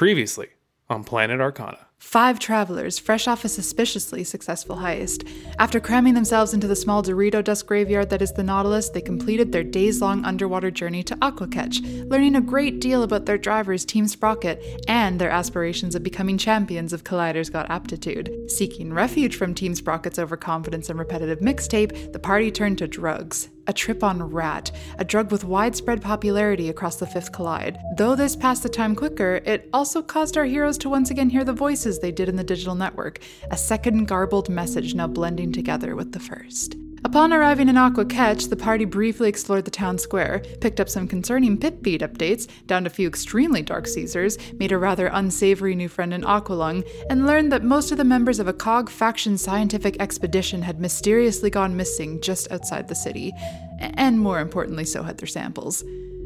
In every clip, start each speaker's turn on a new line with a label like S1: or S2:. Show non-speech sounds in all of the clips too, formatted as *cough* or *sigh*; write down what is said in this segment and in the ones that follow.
S1: Previously on Planet Arcana.
S2: Five travelers, fresh off a suspiciously successful heist. After cramming themselves into the small Dorito dust graveyard that is the Nautilus, they completed their days long underwater journey to Aquaketch, learning a great deal about their drivers, Team Sprocket, and their aspirations of becoming champions of Collider's Got Aptitude. Seeking refuge from Team Sprocket's overconfidence and repetitive mixtape, the party turned to drugs a trip on rat, a drug with widespread popularity across the fifth collide. Though this passed the time quicker, it also caused our heroes to once again hear the voices they did in the digital network, a second garbled message now blending together with the first. Upon arriving in Aqua Ketch, the party briefly explored the town square, picked up some concerning pit beat updates, downed a few extremely dark Caesars, made a rather unsavory new friend in Aqualung, and learned that most of the members of a COG faction scientific expedition had mysteriously gone missing just outside the city. A- And more importantly, so had their samples.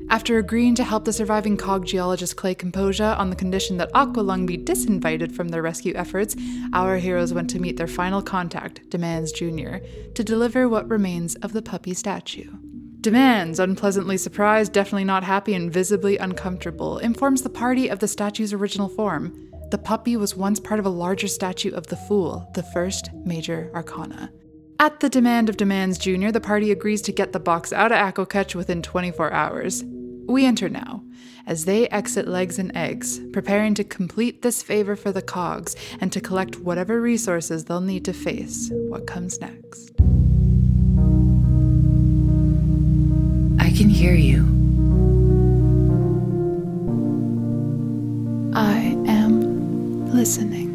S2: After agreeing to help the surviving COG geologist Clay Composia on the condition that Aqualung be disinvited from their rescue efforts, our heroes went to meet their final contact, Demands Jr., to deliver what remains of the puppy statue. Demands, unpleasantly surprised, definitely not happy, and visibly uncomfortable, informs the party of the statue's original form. The puppy was once part of a larger statue of the Fool, the first major arcana. At the demand of Demands Jr., the party agrees to get the box out of Aquaketch within 24 hours. We enter now, as they exit Legs and Eggs, preparing to complete this favor for the cogs and to collect whatever resources they'll need to face what comes next.
S3: I can hear you.
S2: I am listening.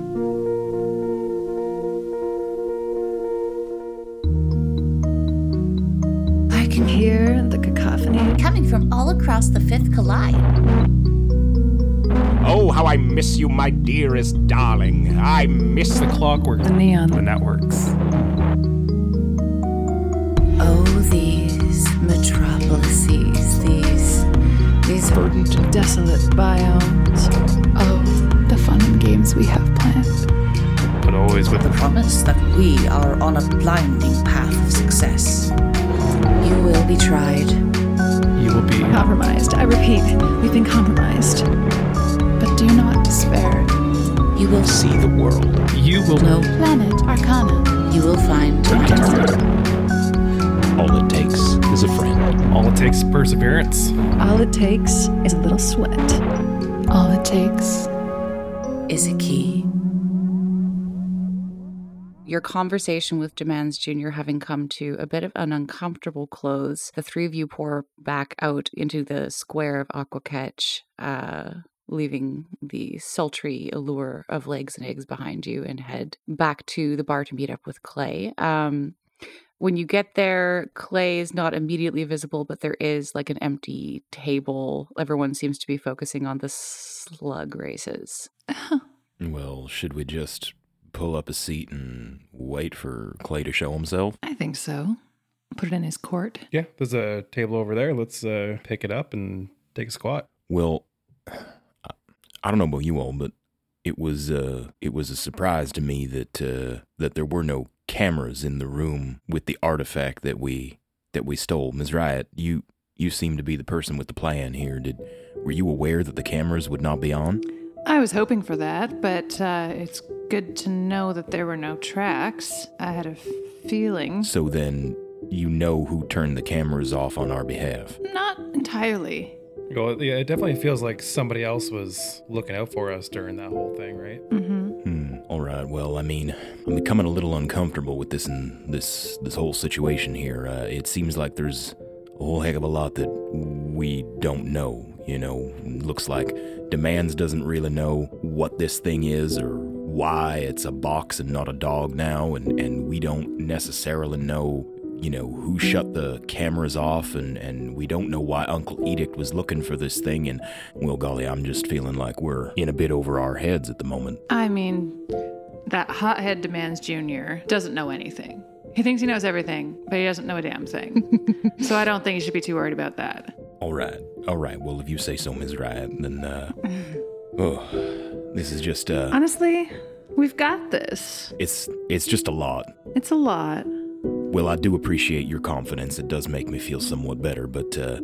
S3: I can hear the cacophony.
S4: coming from all across the fifth collide.
S5: Oh, how I miss you, my dearest darling. I miss the.
S1: Clockwork.
S3: The neon.
S1: The networks.
S3: Oh, these metropolises, these these verdant, desolate biomes.
S2: Oh, the fun and games we have planned.
S1: But always with
S6: the promise that we are on a blinding path of success.
S3: You will be tried.
S1: you will be.
S7: Compromised. I repeat, we've been compromised.
S2: But do not despair.
S3: You will
S5: See the world.
S1: You will
S3: know.
S2: Planet Arcana.
S3: You will find.
S5: All it takes is a friend.
S1: All it takes is perseverance.
S7: All it takes is a little sweat.
S2: All it takes
S3: Is a key.
S8: Your conversation with Demands Jr. having come to a bit of an uncomfortable close, the three of you pour back out into the square of Aquaketch, uh, leaving the sultry allure of legs and eggs behind you and head back to the bar to meet up with Clay. Um, when you get there, Clay is not immediately visible, but there is like an empty table. Everyone seems to be focusing on the slug races.
S9: Well, should we just pull up a seat and wait for Clay to show himself?
S3: I think so.
S7: Put it in his court.
S1: Yeah, there's a table over there. Let's uh, pick it up and take a squat.
S9: Well, *sighs* I- I don't know about you all, but it was uh it was a surprise to me that uh that there were no cameras in the room with the artifact that we that we stole. Ms. Riot, you you seem to be the person with the plan here. Did were you aware that the cameras would not be on?
S7: I was hoping for that, but uh, it's good to know that there were no tracks. I had a feeling.
S9: So then you know who turned the cameras off on our behalf.
S7: Not entirely.
S1: Well, yeah, it definitely feels like somebody else was looking out for us during that whole thing, right?
S7: Mm-hmm.
S9: Hmm. All right. Well, I mean, I'm becoming a little uncomfortable with this and this this whole situation here. Uh, it seems like there's a whole heck of a lot that we don't know. You know, looks like demands doesn't really know what this thing is or why it's a box and not a dog now, and and we don't necessarily know. You know who shut the cameras off, and and we don't know why Uncle Edict was looking for this thing. And well, golly, I'm just feeling like we're in a bit over our heads at the moment.
S7: I mean, that hothead demands Junior doesn't know anything. He thinks he knows everything, but he doesn't know a damn thing. so I don't think you should be too worried about that.
S9: All right, all right. Well, if you say so, Ms. Riot, then uh, oh, this is just uh,
S7: Honestly, we've got this.
S9: it's it's just a lot.
S7: It's a lot.
S9: Well, I do appreciate your confidence. It does make me feel somewhat better, but uh,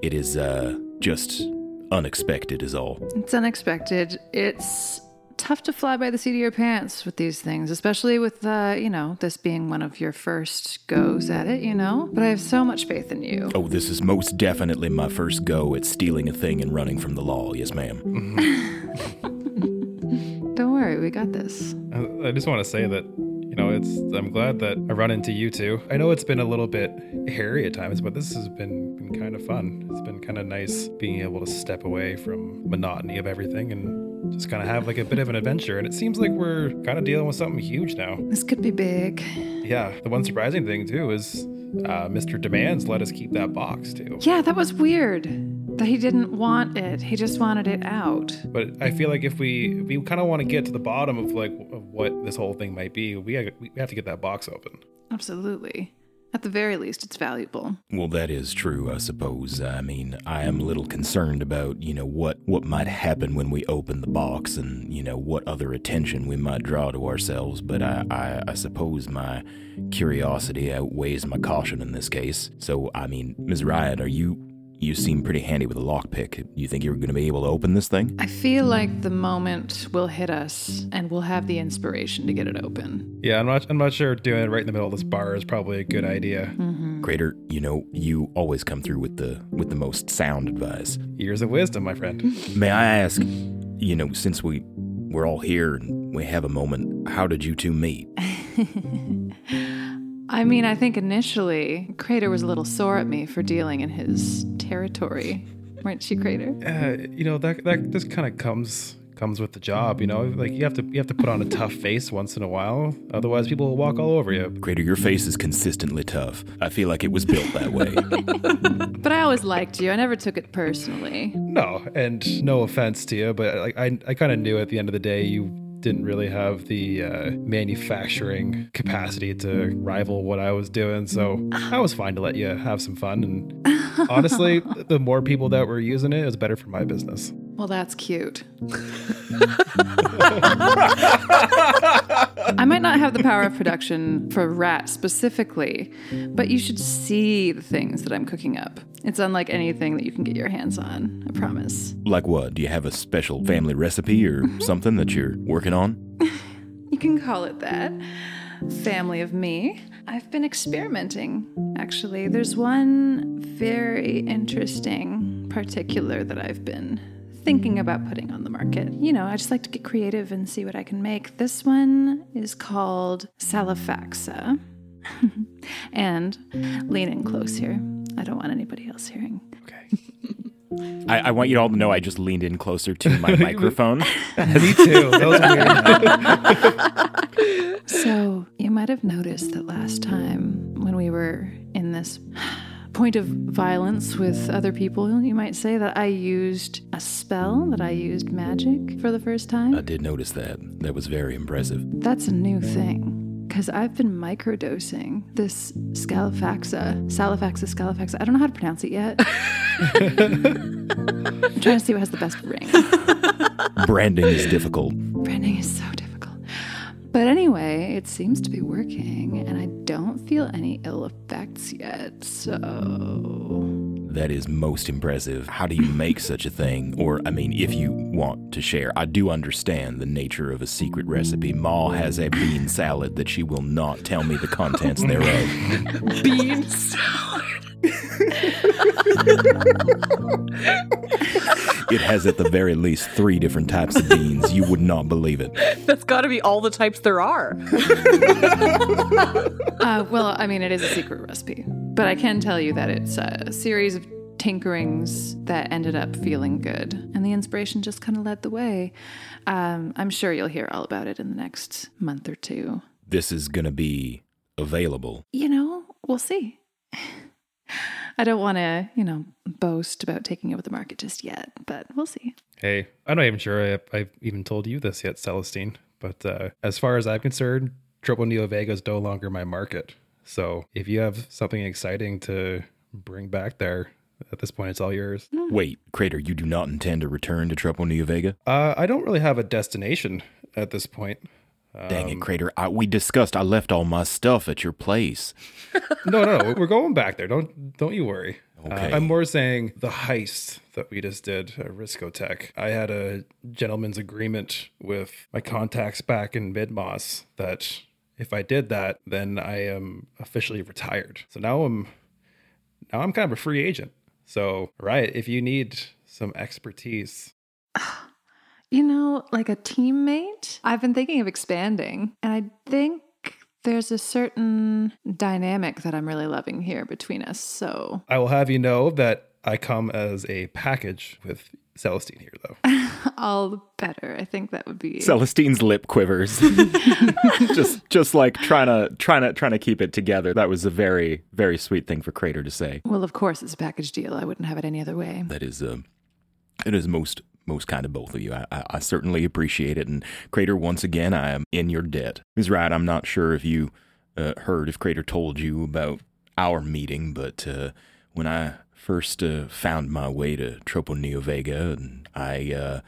S9: it is uh, just unexpected, is all.
S7: It's unexpected. It's tough to fly by the seat of your pants with these things, especially with, uh, you know, this being one of your first goes at it, you know? But I have so much faith in you.
S9: Oh, this is most definitely my first go at stealing a thing and running from the law. Yes, ma'am.
S7: Don't worry, we got this.
S1: I, I just want to say that, you know, it's I'm glad that I run into you two. I know it's been a little bit hairy at times, but this has been, been kind of fun. It's been kind of nice being able to step away from monotony of everything and just kind of have like a bit of an adventure. And it seems like we're kind of dealing with something huge now.
S7: This could be big.
S1: Yeah. The one surprising thing too is uh, Mr. Demands let us keep that box too.
S7: Yeah, that was weird that he didn't want it. He just wanted it out.
S1: But I feel like if we if we kind of want to get to the bottom of like of what this whole thing might be, we ha- we have to get that box open.
S7: Absolutely. At the very least, it's valuable.
S9: Well, that is true, I suppose. I mean, I am a little concerned about, you know, what, what might happen when we open the box and, you know, what other attention we might draw to ourselves, but I, I, I suppose my curiosity outweighs my caution in this case. So, I mean, Ms. Riot, are you. You seem pretty handy with a lockpick. You think you're going to be able to open this thing?
S7: I feel like the moment will hit us and we'll have the inspiration to get it open.
S1: Yeah, I'm not I'm not sure doing it right in the middle of this bar is probably a good idea.
S9: Crater, you know, you always come through with the with the most sound advice.
S1: Years of wisdom, my friend.
S9: May I ask, you know, since we we're all here and we have a moment, how did you two meet?
S7: I mean, I think initially Crater was a little sore at me for dealing in his territory. Weren't she, Crater?
S1: Uh, you know that that just kind of comes comes with the job. You know, like you have to you have to put on a tough face once in a while, otherwise people will walk all over you.
S9: Crater, your face is consistently tough. I feel like it was built
S10: *laughs*
S9: that way.
S7: But I always liked you. I never took it personally.
S1: No, and no offense to you, but like I I kind of knew at the end of the day you didn't really have the uh, manufacturing capacity to rival what I was doing, so I was fine to let you have some fun. And honestly, the more people that were using it, it was better for my business.
S7: Well, that's cute. I might not have the power of production for rat specifically, but you should see the things that I'm cooking up. It's unlike anything that you can get your hands on, I promise.
S9: like what? Do you have a special family recipe or
S10: Mm-hmm.
S9: something that you're working on?
S7: You can call it that. Family of me. I've been experimenting, actually. There's one very interesting particular that I've been thinking about putting on the market. You know, I just like to get creative and see what I can make. This one is called Salafaxa. *laughs* and lean in close here. I don't want anybody else hearing.
S10: I, I want you all to know I just leaned in closer to
S9: *laughs*
S10: my microphone.
S1: Me too. That was weird.
S7: So, you might have noticed that last time when we were in this *sighs* point of violence with other people, you might say that I used a spell, that I used magic for the first
S9: I
S7: time.
S9: did notice that. That was very impressive.
S7: That's a new thing. Because I've been microdosing this Scalafaxa, Salafaxa, Scalafaxa. I don't know how to pronounce it yet. I'm trying to see what has the best ring.
S9: Branding is difficult.
S7: Branding is so difficult. But anyway, it seems to be working, and I don't feel any ill effects yet. So,
S9: That is most impressive. How do you make such a thing? Or, I mean, if you want to share, I do understand the nature of a secret recipe. Ma has a bean salad that she will not tell me the contents thereof. It has at the very least three different types of beans. You would not believe it.
S8: *laughs* That's got to be all the types there are.
S7: uh, well, I mean, it is a secret recipe, but I can tell you that it's a series of tinkerings that ended up feeling good, and the inspiration just kind of led the way. Um, I'm sure you'll hear all about it in the next month or two.
S9: This is going to be available.
S7: you know, we'll see. *laughs* I don't want to, you know, boast about taking over the market just yet, but we'll see.
S1: *laughs* Hey, I'm not even sure I, I've even told you this yet, Celestine. But uh, as far as I'm concerned, Triple Neo Vega is no longer my market. So if you have something exciting to bring back there, at this point, it's all yours.
S9: Wait, Crater, you do not intend to return to Triple New Vega?
S1: Uh, I don't really have a destination at this point.
S9: Dang it, Crater. I, we discussed I left all my stuff at your place.
S1: No, no, we're going back there. Don't don't you worry. Uh,
S9: Okay.
S1: I'm more saying the heist that we just did at Risco Tech. I had a gentleman's agreement with my contacts back in Midmos that if I did that, then I am officially retired. So now I'm now I'm kind of a free agent. So right, if you need some expertise,
S7: You know, like a teammate? I've been thinking of expanding, and I think there's a certain dynamic that I'm really loving here between us. So, *laughs*
S1: I will have you know that I come as a package with Celestine here though.
S7: all the better. I think that would be.
S10: Celestine's lip quivers. just just like trying to trying to trying to keep it together. That was a very very sweet thing for Crater to say.
S7: well, of course, it's a package deal. I wouldn't have it any other way.
S9: that is uh, it is most most kind of both of you. I, I, I certainly appreciate it. And Crater, once again, I am in your debt. He's right. I'm not sure if you uh, heard if Crater told you about our meeting, but uh, when I first uh, found my way to Troponeo Vega, and I uh,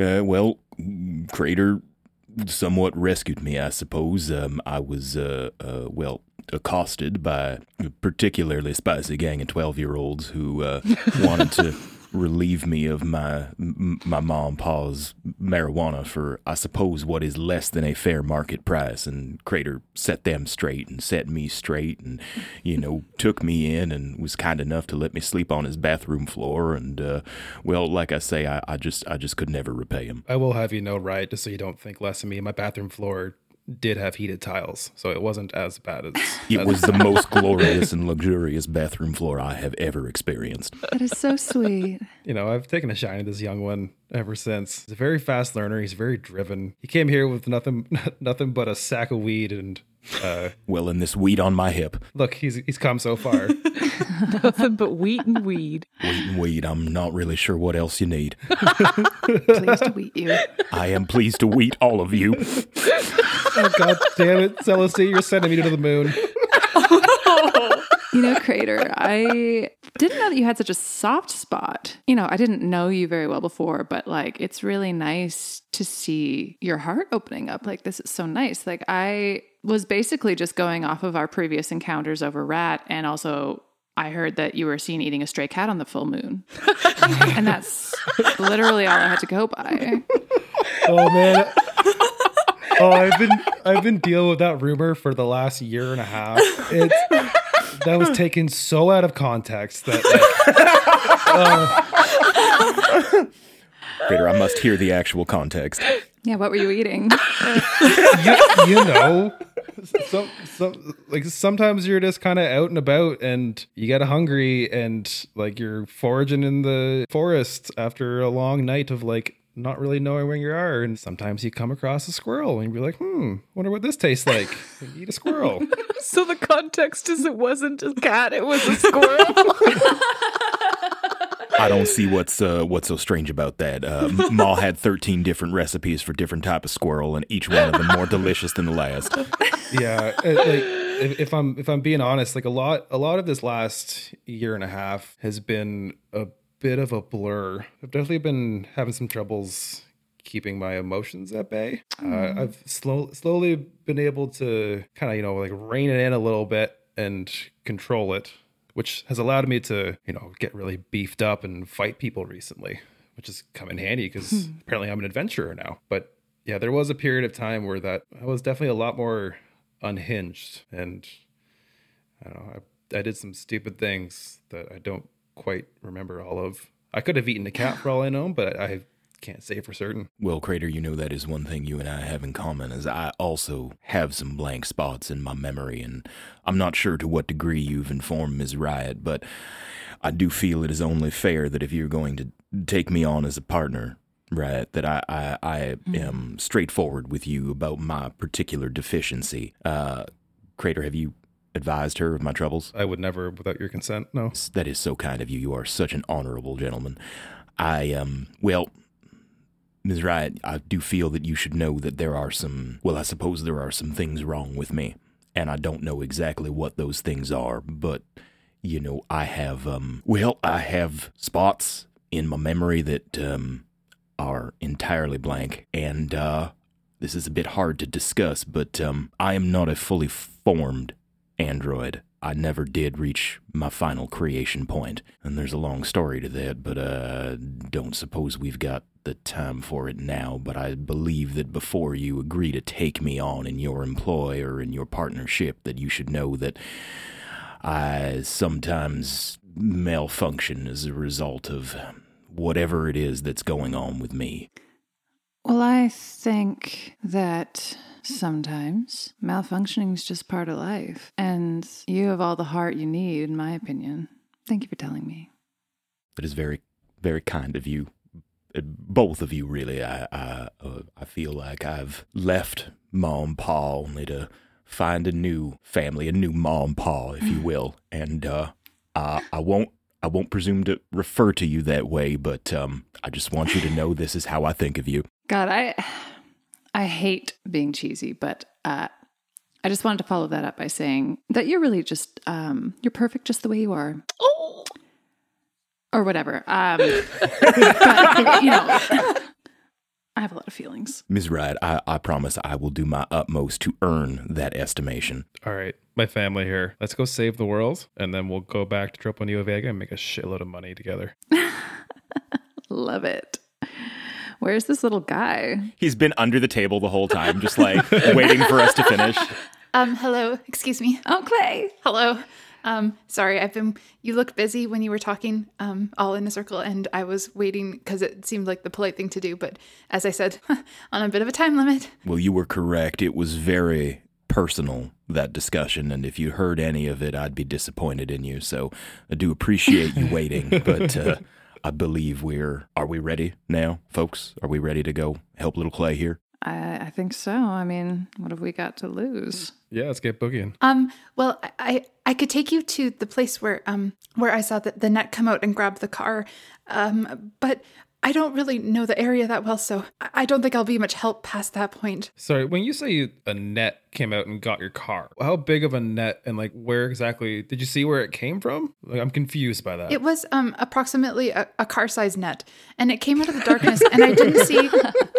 S9: uh, well, Crater somewhat rescued me, I suppose. Um, I was, uh, uh, well, accosted by a particularly spicy gang of 12 year olds who uh, wanted to relieve me of my m- my mom pa's marijuana for i suppose what is less than a fair market price and crater set them straight and set me straight and you know took me in and was kind enough to let me sleep on his bathroom floor and uh, well like i say I, I just i just could never repay him
S1: I will have you know, right, just so you don't think less of me. My bathroom floor did have heated tiles, so it wasn't as bad as.
S9: *laughs* It was the most glorious and luxurious bathroom floor I have ever experienced.
S7: That is so sweet.
S1: you know, I've taken a shine to this young one ever since. He's a very fast learner. He's very driven. He came here with nothing, *laughs* nothing but a sack of weed, and uh,
S9: Well, and this weed on my hip.
S1: look, he's he's come so far.
S8: Nothing but wheat and weed.
S9: Wheat and weed, I'm not really sure what else you need.
S7: Pleased to meet you.
S9: I am pleased to wheat all of you.
S1: oh God damn it, Celestine, you're sending me to the moon.
S7: *laughs* You know, Crater, I didn't know that you had such a soft spot. You know, I didn't know you very well before, but like it's really nice to see your heart opening up. Like this is so nice. Like I was basically just going off of our previous encounters over Rat and also I heard that you were seen eating a stray cat on the full moon. and that's literally all I had to go by.
S1: Oh man. Oh, I've been I've been dealing with that rumor for the last year and a half. It's that was taken so out of context that like,
S9: Crater, I must hear the actual context.
S7: Yeah, what were you eating?
S1: you, you know *laughs* some, some like sometimes you're just kind of out and about and you get hungry and like you're foraging in the forest after a long night of like not really knowing where you are and sometimes you come across a squirrel and you're like hmm wonder what this tastes like And eat a squirrel
S3: So the context is it wasn't a cat, it was a squirrel.
S9: I don't see what's uh, what's so strange about that. Uh, Ma had 13 different recipes for different type of squirrel, and each one of them more delicious than the last.
S1: yeah it- like if, if i'm if i'm being honest like a lot a lot of this last year and a half has been a bit of a blur i've definitely been having some troubles keeping my emotions at bay uh, i've slow, slowly been able to kind of you know like rein it in a little bit and control it which has allowed me to you know get really beefed up and fight people recently which has come in handy because apparently i'm an adventurer now but yeah there was a period of time where that i was definitely a lot more unhinged and i don't know I, I did some stupid things that i don't quite remember all of i could have eaten a cat for all i know but i can't say for certain
S9: Well, Crater, you know that is one thing you and I have in common is I also have some blank spots in my memory and I'm not sure to what degree you've informed Ms. Riot, but I do feel it is only fair that if you're going to take me on as a partner, right, that I, I, I am straightforward with you about my particular deficiency. Uh Crater, have you advised her of my troubles?
S1: i would never without your consent no
S9: That is so kind of you. You are such an honorable gentleman. I um well Ms. Riot, I do feel that you should know that there are some well, I suppose there are some things wrong with me. And I don't know exactly what those things are, but you know, I have um well, I have spots in my memory that um are entirely blank and uh this is a bit hard to discuss, but um I am not a fully formed android. I never did reach my final creation point. And there's a long story to that, but uh, don't suppose we've got the time for it now. But I believe that before you agree to take me on in your employ or in your partnership, that you should know that I sometimes malfunction as a result of whatever it is that's going on with me.
S7: Well, I think that sometimes malfunctioning is just part of life. And you have all the heart you need, in my opinion. Thank you for telling me.
S9: That is very, very kind of you. Uh, Both of you, really. I, I, uh, I feel like I've left mom, pa, only to find a new family, a new mom, pa, if you will. And uh, I, I won't, I won't presume to refer to you that way, but um, I just want you to know this is how I think of you.
S7: God, I I hate being cheesy, but uh, I just wanted to follow that up by saying that you're really just um, you're perfect just the way you are. Or whatever. Um, but, you know, *laughs* I have a lot of feelings.
S9: Ms. Wright, I, I promise I will do my utmost to earn that estimation.
S1: All right, my family here. Let's go save the world, and then we'll go back to Tropo Nueva Vega and make a shitload of money together.
S7: Love it. Where's this little guy?
S11: He's been under the table the whole time, just like waiting for us to finish.
S2: Um, hello. Excuse me.
S7: Oh, Clay.
S2: Hello. Um, sorry, I've been. You look busy when you were talking, um, all in a circle, and I was waiting because it seemed like the polite thing to do. But as I said, *laughs* on a bit of a time limit.
S9: Well, you were correct. It was very personal, that discussion. And if you heard any of it, I'd be disappointed in you. So I do appreciate you waiting. but uh, I believe we're. Are we ready now, folks? Are we ready to go help little Clay here?
S7: I, I think so. I mean, what have we got to lose?
S1: Yeah, let's get boogieing.
S2: Um, well, I, I I could take you to the place where um where I saw the, the net come out and grab the car, um, but I don't really know the area that well, so I, I don't think I'll be much help past that point.
S1: Sorry, when you say you, a net came out and got your car, how big of a net and like where exactly did you see where it came from? Like, I'm confused by that.
S2: It was um approximately a, a car sized net, and it came out of the darkness, and I didn't see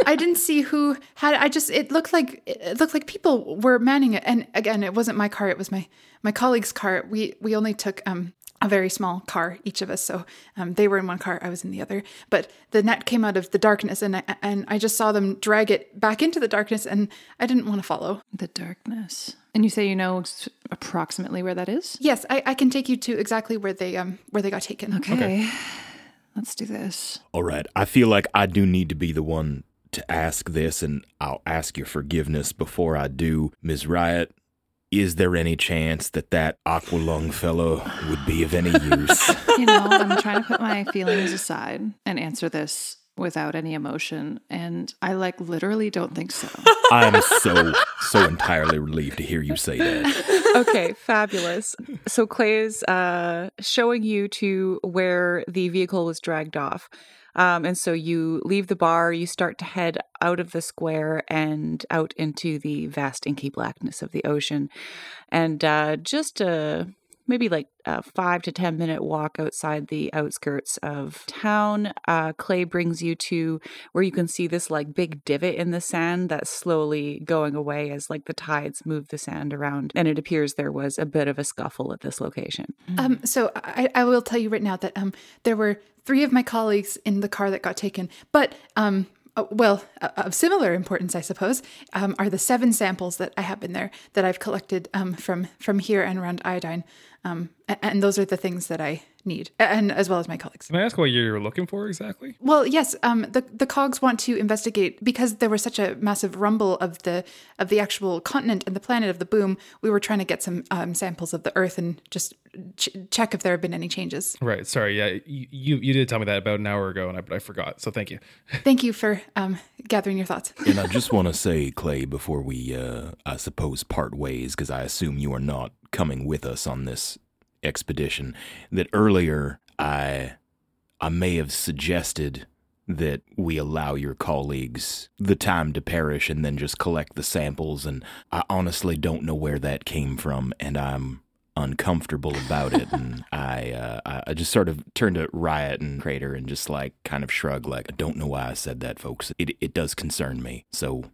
S2: I didn't see who had. I just it looked like it looked like people were manning it, and again, it wasn't my car. It was my my colleague's car. We we only took um a very small car each of us, so um, they were in one car, I was in the other. But the net came out of the darkness, and I, and I just saw them drag it back into the darkness, and I didn't want to follow.
S7: The darkness. And you say you know s- approximately where that is?
S2: Yes, I, I can take you to exactly where they um where they got taken.
S7: Okay. Let's do this.
S9: All right. I feel like I do need to be the one to ask this, and I'll ask your forgiveness before I do. Ms. Riot, is there any chance that that Aqualung fellow would be of any use?
S7: You know, I'm *laughs* trying to put my feelings aside and answer this without any emotion. And I like literally don't think so.
S9: I'm so, so entirely relieved to hear you say
S8: *laughs*
S9: that.
S8: okay, fabulous. So Clay is uh, showing you to where the vehicle was dragged off. Um, and so you leave the bar, you start to head out of the square and out into the vast inky blackness of the ocean. And uh, just a maybe like a five to 10 minute walk outside the outskirts of town, uh, Clay brings you to where you can see this like big divot in the sand that's slowly going away as like the tides move the sand around. And it appears there was a bit of a scuffle at this location.
S2: Um, so I, I will tell you right now that um, there were three of my colleagues in the car that got taken, but um, uh, well, uh, of similar importance, I suppose, um, are the seven samples that I have in there that I've collected um, from from here and around iodine, um, and, and those are the things that I need, a- and as well as my colleagues.
S1: Can I ask what you're looking for exactly?
S2: Well, yes. Um, the the cogs want to investigate because there was such a massive rumble of the of the actual continent and the planet of the boom. We were trying to get some um, samples of the Earth and just ch- check if there have been any changes.
S1: Right. Sorry. Yeah. You, you you did tell me that about an hour ago, and I, but I forgot. So thank you.
S2: Thank you for um, gathering your thoughts.
S9: And I just want to say, Clay, before we, uh, I suppose, part ways, because I assume you are not coming with us on this expedition, that earlier I, I may have suggested that we allow your colleagues the time to perish and then just collect the samples. And I honestly don't know where that came from, and I'm uncomfortable about it. and I, uh, I- I just sort of turned to Riot and Crater and just like kind of shrugged, like I don't know why I said that, folks. It it does concern me. So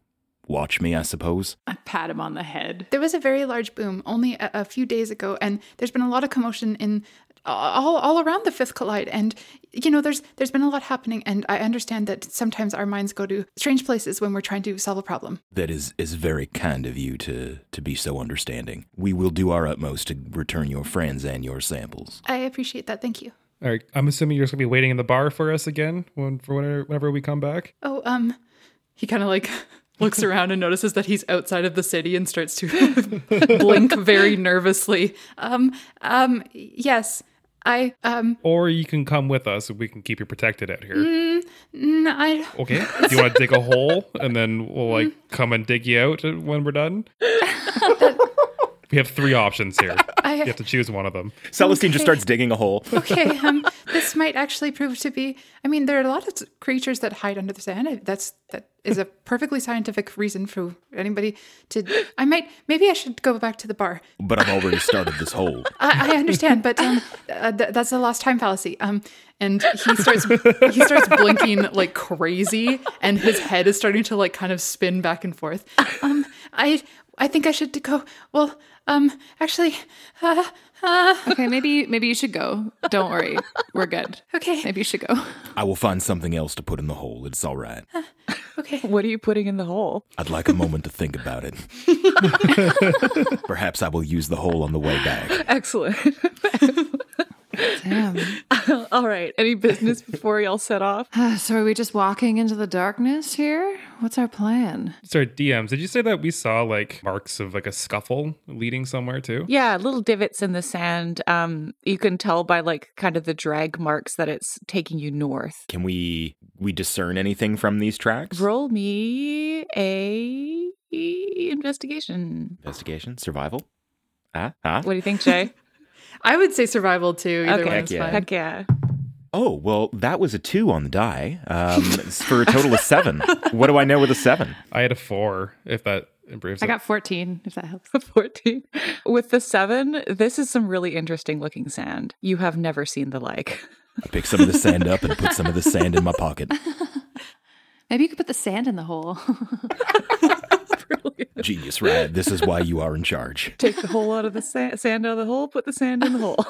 S9: watch me, I suppose.
S7: *laughs* I pat him on the head.
S2: There was a very large boom only a, a few days ago, and there's been a lot of commotion in all, all around the fifth collide. And you know, there's there's been a lot happening, and I understand that sometimes our minds go to strange places when we're trying to solve a problem.
S9: That is, is very kind of you to, to be so understanding. We will do our utmost to return your friends and your samples.
S2: I appreciate that. Thank you.
S1: All right. I'm assuming you're just gonna be waiting in the bar for us again when for whenever, whenever we come back.
S2: Oh, um, he kind of like *laughs* looks around and notices that he's outside of the city and starts to *laughs* blink very nervously. Um, um, yes, I, um,
S1: Or you can come with us if we can keep you protected out here.
S2: n- I,
S1: Okay. Do you want to dig a hole and then we'll like come and dig you out when we're done? we have three options here. You
S2: I,
S1: have to choose one of them.
S12: Celestine just
S2: Okay.
S12: starts digging a hole.
S2: okay, *laughs* um, this might actually prove to be. I mean, there are a lot of creatures that hide under the sand. I- That's that is a perfectly scientific reason for anybody to. I might, maybe I should go back to the bar.
S9: *laughs* But I've already started this hole.
S2: I, I understand, but um, uh, th- that's a lost time fallacy. Um, and he starts he starts blinking like crazy, and his head is starting to like kind of spin back and forth. Um, I I think I should go. Well, um, actually, uh, uh,
S7: Okay, *laughs* maybe maybe you should go. Don't worry, we're good.
S2: okay,
S7: Maybe you should go.
S9: I will find something else to put in the hole. It's all right.
S2: okay.
S8: What are you putting in the hole?
S9: I'd like a moment to think about
S2: *laughs*
S9: it. Perhaps I will use the hole on the way back.
S8: Excellent.
S7: *sighs* Damn.
S8: *laughs* All right. Any business before y'all set off?
S7: Uh, so are we just walking into the darkness here? What's our plan?
S1: Sorry, DMs. Did you say that we saw like marks of like a scuffle leading somewhere too?
S8: *laughs* Yeah, little divots in the sand. Um, you can tell by like kind of the drag marks that it's taking you north.
S12: Can we we discern anything from these tracks?
S8: Roll me a investigation.
S12: Investigation, survival. Ah, ah.
S8: What do you think, Jay?
S2: I would say survival too. Either
S8: Okay.
S2: one
S12: Heck
S2: is
S12: yeah.
S2: fine.
S8: *laughs* Heck *laughs* yeah.
S12: Oh well, that was a two on the die um, it's for a total of
S2: *laughs*
S12: seven. what do I know with a seven?
S1: I had a four, if that improves.
S7: I
S1: it.
S7: got 14, if that helps.
S8: 14. With the seven, this is some really interesting looking sand. You have never seen the like. *laughs*
S9: I pick some of the sand up and put some of the sand in my
S2: *laughs*
S9: pocket.
S7: Maybe you could put the sand in the hole. *laughs*
S9: Genius, right? This is why you are in charge.
S8: Take the hole out of the sand, sand out of the hole, put the sand in the hole.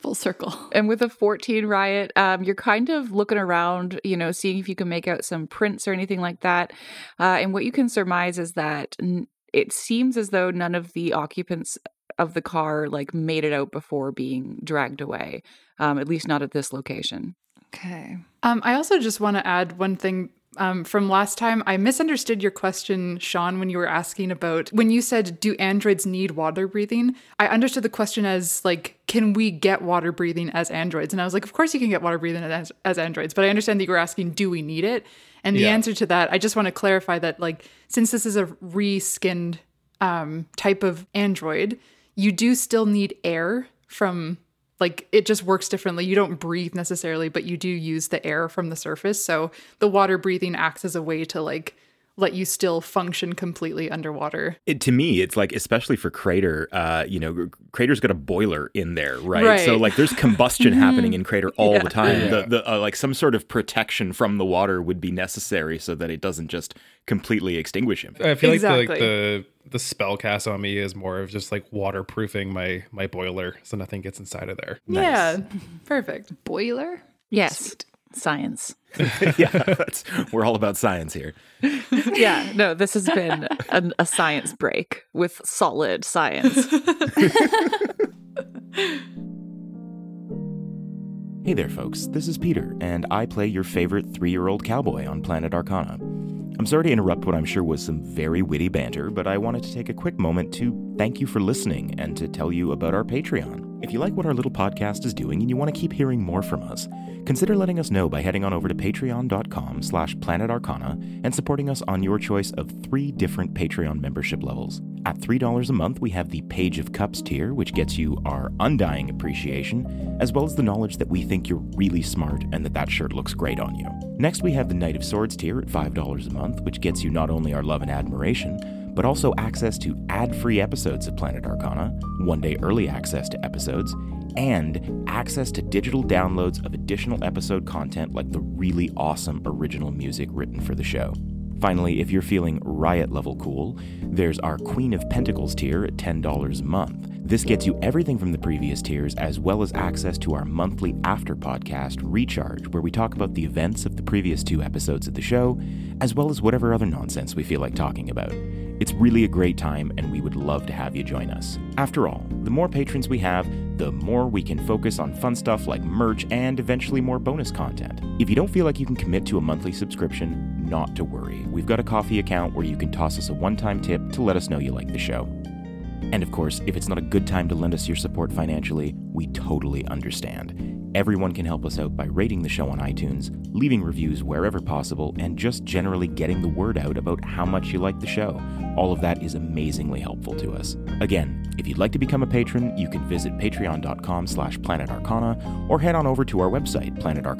S7: Full circle.
S8: And with a 14 riot, um, you're kind of looking around, you know, seeing if you can make out some prints or anything like that. Uh, and what you can surmise is that n- it seems as though none of the occupants of the car like made it out before being dragged away, um, at least not at this location.
S7: Okay.
S2: Um, I also just want to add one thing um, from last time. I misunderstood your question, Sean, when you were asking about when you said, "Do androids need water breathing?" I understood the question as like, "Can we get water breathing as androids?" And I was like, "Of course you can get water breathing as, as androids," but I understand that you were asking, "Do we need it?" And the
S1: Yeah.
S2: answer to that, I just want to clarify that like since this is a reskinned um, type of android, you do still need air from like it just works differently. You don't breathe necessarily, but you do use the air from the surface. So the water breathing acts as a way to like let you still function completely underwater.
S12: It, to me, it's like especially for Crater, uh, you know, Crater's got a boiler in there, right? So
S2: Right.
S12: like, there's combustion happening in Crater all the time.
S1: Yeah.
S12: The, the uh, like some sort of protection from the water would be necessary so that it doesn't just completely extinguish him.
S1: I feel like the, like
S2: Exactly.
S1: the the spell cast on me is more of just like waterproofing my my boiler so nothing gets inside of there.
S2: Yeah. *laughs* Perfect.
S7: Boiler?
S8: Yes. Science.
S12: yeah, *laughs* that's, we're all about science here.
S8: Yeah, no, this has been an, a science break with solid science. *laughs*
S9: Hey there, folks. This is Peter, and I play your favorite three year old cowboy on Planet Arcana. I'm sorry to interrupt what I'm sure was some very witty banter, but I wanted to take a quick moment to thank you for listening and to tell you about our Patreon. If you like what our little podcast is doing and you want to keep hearing more from us, consider letting us know by heading on over to patreon.com slash planetarcana and supporting us on your choice of three different Patreon membership levels. At $3 a month, we have the Page of Cups tier, which gets you our undying appreciation, as well as the knowledge that we think you're really smart and that that shirt looks great on you. Next, we have the Knight of Swords tier at $5 a month, which gets you not only our love and admiration, but also access to ad free episodes of Planet Arcana, one day early access to episodes, and access to digital downloads of additional episode content like the really awesome original music written for the show. Finally, if you're feeling riot level cool, there's our Queen of Pentacles tier at $10 a month. This gets you everything from the previous tiers, as well as access to our monthly after podcast, Recharge, where we talk about the events of the previous two episodes of the show, as well as whatever other nonsense we feel like talking about. It's really a great time, and we would love to have you join us. After all, the more patrons we have, the more we can focus on fun stuff like merch and eventually more bonus content. If you don't feel like you can commit to a monthly subscription, not to worry. We've got a coffee account where you can toss us a one time tip to let us know you like the show. And of course, if it's not a good time to lend us your support financially, we totally understand. Everyone can help us out by rating the show on iTunes, leaving reviews wherever possible, and just generally getting the word out about how much you like the show. All of that is amazingly helpful to us. Again, if you'd like to become a patron, you can visit patreon.com slash planetarcana or head on over to our website,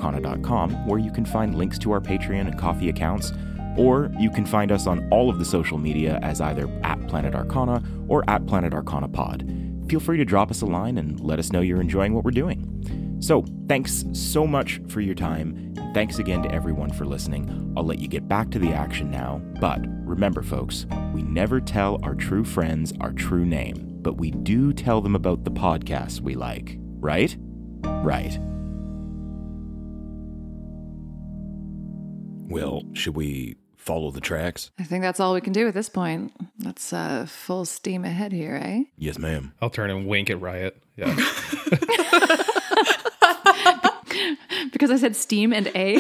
S9: planetarcana.com, where you can find links to our Patreon and coffee accounts, or you can find us on all of the social media as either at Planet Arcana or at Planet Arcana Pod. Feel free to drop us a line and let us know you're enjoying what we're doing. So, thanks so much for your time. and Thanks again to everyone for listening. I'll let you get back to the action now, but remember, folks, we never tell our true friends our true name, but we do tell them about the podcasts we like, right? Right. Well, should we follow the tracks?
S7: I think that's all we can do at this point. That's uh, full steam ahead here, eh?
S9: Yes, ma'am.
S1: I'll turn and wink at Riot. Yeah.
S7: Because I said steam and *laughs* A.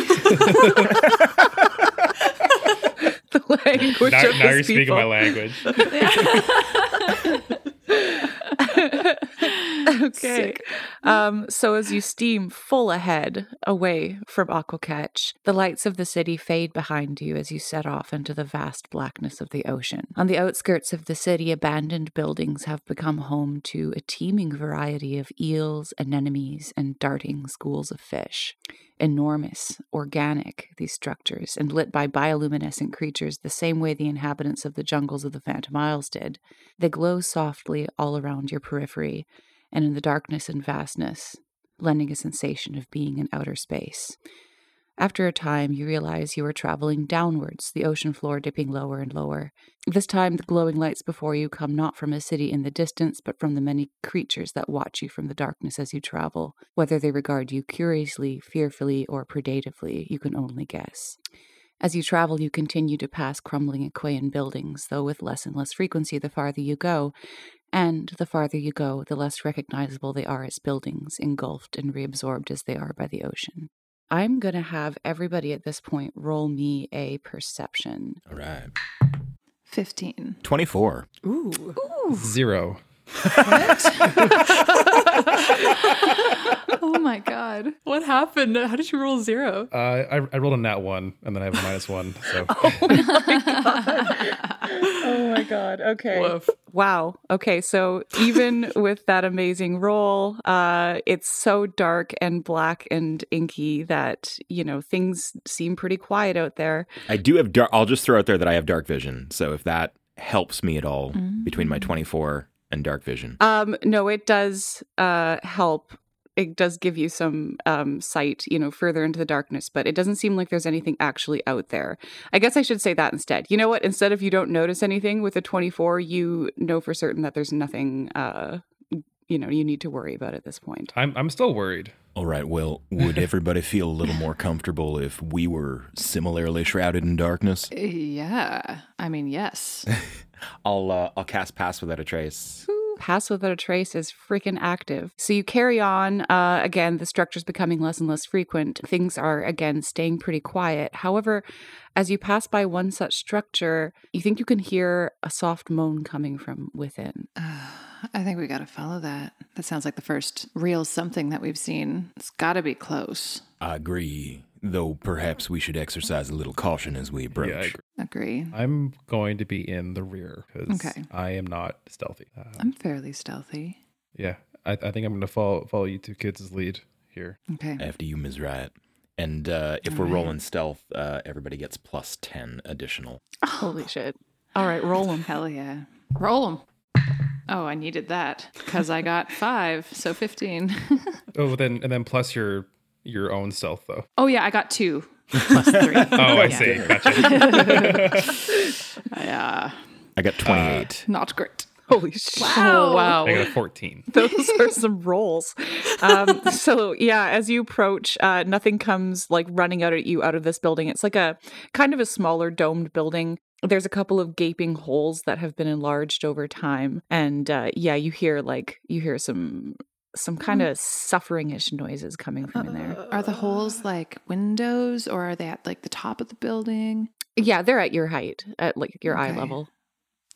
S3: the language
S1: now,
S3: of
S1: now you're
S3: his
S1: speaking
S3: people.
S1: my language.
S8: Okay. Um, so as you steam full ahead away from Aquacatch, the lights of the city fade behind you as you set off into the vast blackness of the ocean. On the outskirts of the city, abandoned buildings have become home to a teeming variety of eels, anemones, and darting schools of fish. Enormous, organic, these structures, and lit by bioluminescent creatures the same way the inhabitants of the jungles of the Phantom Isles did. They glow softly all around your periphery, and in the darkness and vastness, lending a sensation of being in outer space. After a time, you realize you are traveling downwards, the ocean floor dipping lower and lower. This time, the glowing lights before you come not from a city in the distance, but from the many creatures that watch you from the darkness as you travel. Whether they regard you curiously, fearfully, or predatively, you can only guess. As you travel, you continue to pass crumbling Aquayan buildings, though with less and less frequency the farther you go, and the farther you go, the less recognizable they are as buildings, engulfed and reabsorbed as they are by the ocean. I'm going to have everybody at this point roll me a perception.
S9: All right.
S7: 15.
S9: 24.
S3: Ooh.
S1: Zero.
S7: Oh my God.
S2: What happened? How did you roll zero?
S1: Uh, I, I rolled a nat one, and then I have a minus one. So
S3: Oh my god. Okay.
S2: Woof.
S8: Wow. Okay. So
S3: *laughs*
S8: even with that amazing roll, uh, it's so dark and black and inky that, you know, things seem pretty quiet out there.
S9: I do have dark. I'll just throw out there that I have dark vision. So if that helps me at all between my 24 and dark vision.
S8: Um, no, it does uh, help. It does give you some um, sight, you know, further into the darkness, but it doesn't seem like there's anything actually out there. I guess I should say that instead. You know what? Instead of you don't notice anything with a 24, you know for certain that there's nothing, uh, you know, you need to worry about at this point.
S1: I'm I'm still worried.
S9: All right. Well, would everybody feel a little more comfortable if we were similarly shrouded in darkness?
S7: Yeah. I mean, *laughs* yes.
S10: I'll uh, I'll cast pass without a trace.
S8: Pass without a trace is freaking active. So you carry on. Uh, again, the structure's becoming less and less frequent. Things are, again, staying pretty quiet. However, as you pass by one such structure, you think you can hear a soft moan coming from within.
S7: I think we got to follow that. That sounds like the first real something that we've seen. It's got to be close.
S9: I agree, though perhaps we should exercise a little caution as we approach.
S1: Yeah, I agree.
S7: Agree.
S1: I'm going to be in the rear because
S7: Okay.
S1: I am not stealthy. Uh,
S7: I'm fairly stealthy.
S1: yeah, I, I think I'm going to follow follow you two kids' lead here.
S7: Okay.
S9: After you, Ms. Riot.
S10: And uh, if we're rolling stealth, uh, everybody gets plus ten additional.
S8: Holy *sighs* shit. All right, roll them.
S7: Hell yeah. Roll them. Oh, I needed that because I got five, so 15. *laughs*
S1: Oh, then and then plus your your own stealth though.
S7: oh, yeah, I got two. Plus three. oh,
S1: I see. Gotcha.
S7: yeah.
S10: I got 28.
S7: Not great.
S8: *laughs* Holy shit.
S7: Wow.
S8: Oh, wow.
S1: I got a 14.
S8: *laughs* Those are some rolls. Um, so, yeah, as you approach, uh, nothing comes like running out at you out of this building. It's like a kind of a smaller domed building. There's a couple of gaping holes that have been enlarged over time. And uh, yeah, you hear like, you hear some. Some kind of sufferingish noises coming from in there.
S7: Are the holes like windows or are they at like the top of the building?
S8: Yeah, they're at your height, at like your eye
S7: Okay.
S8: level.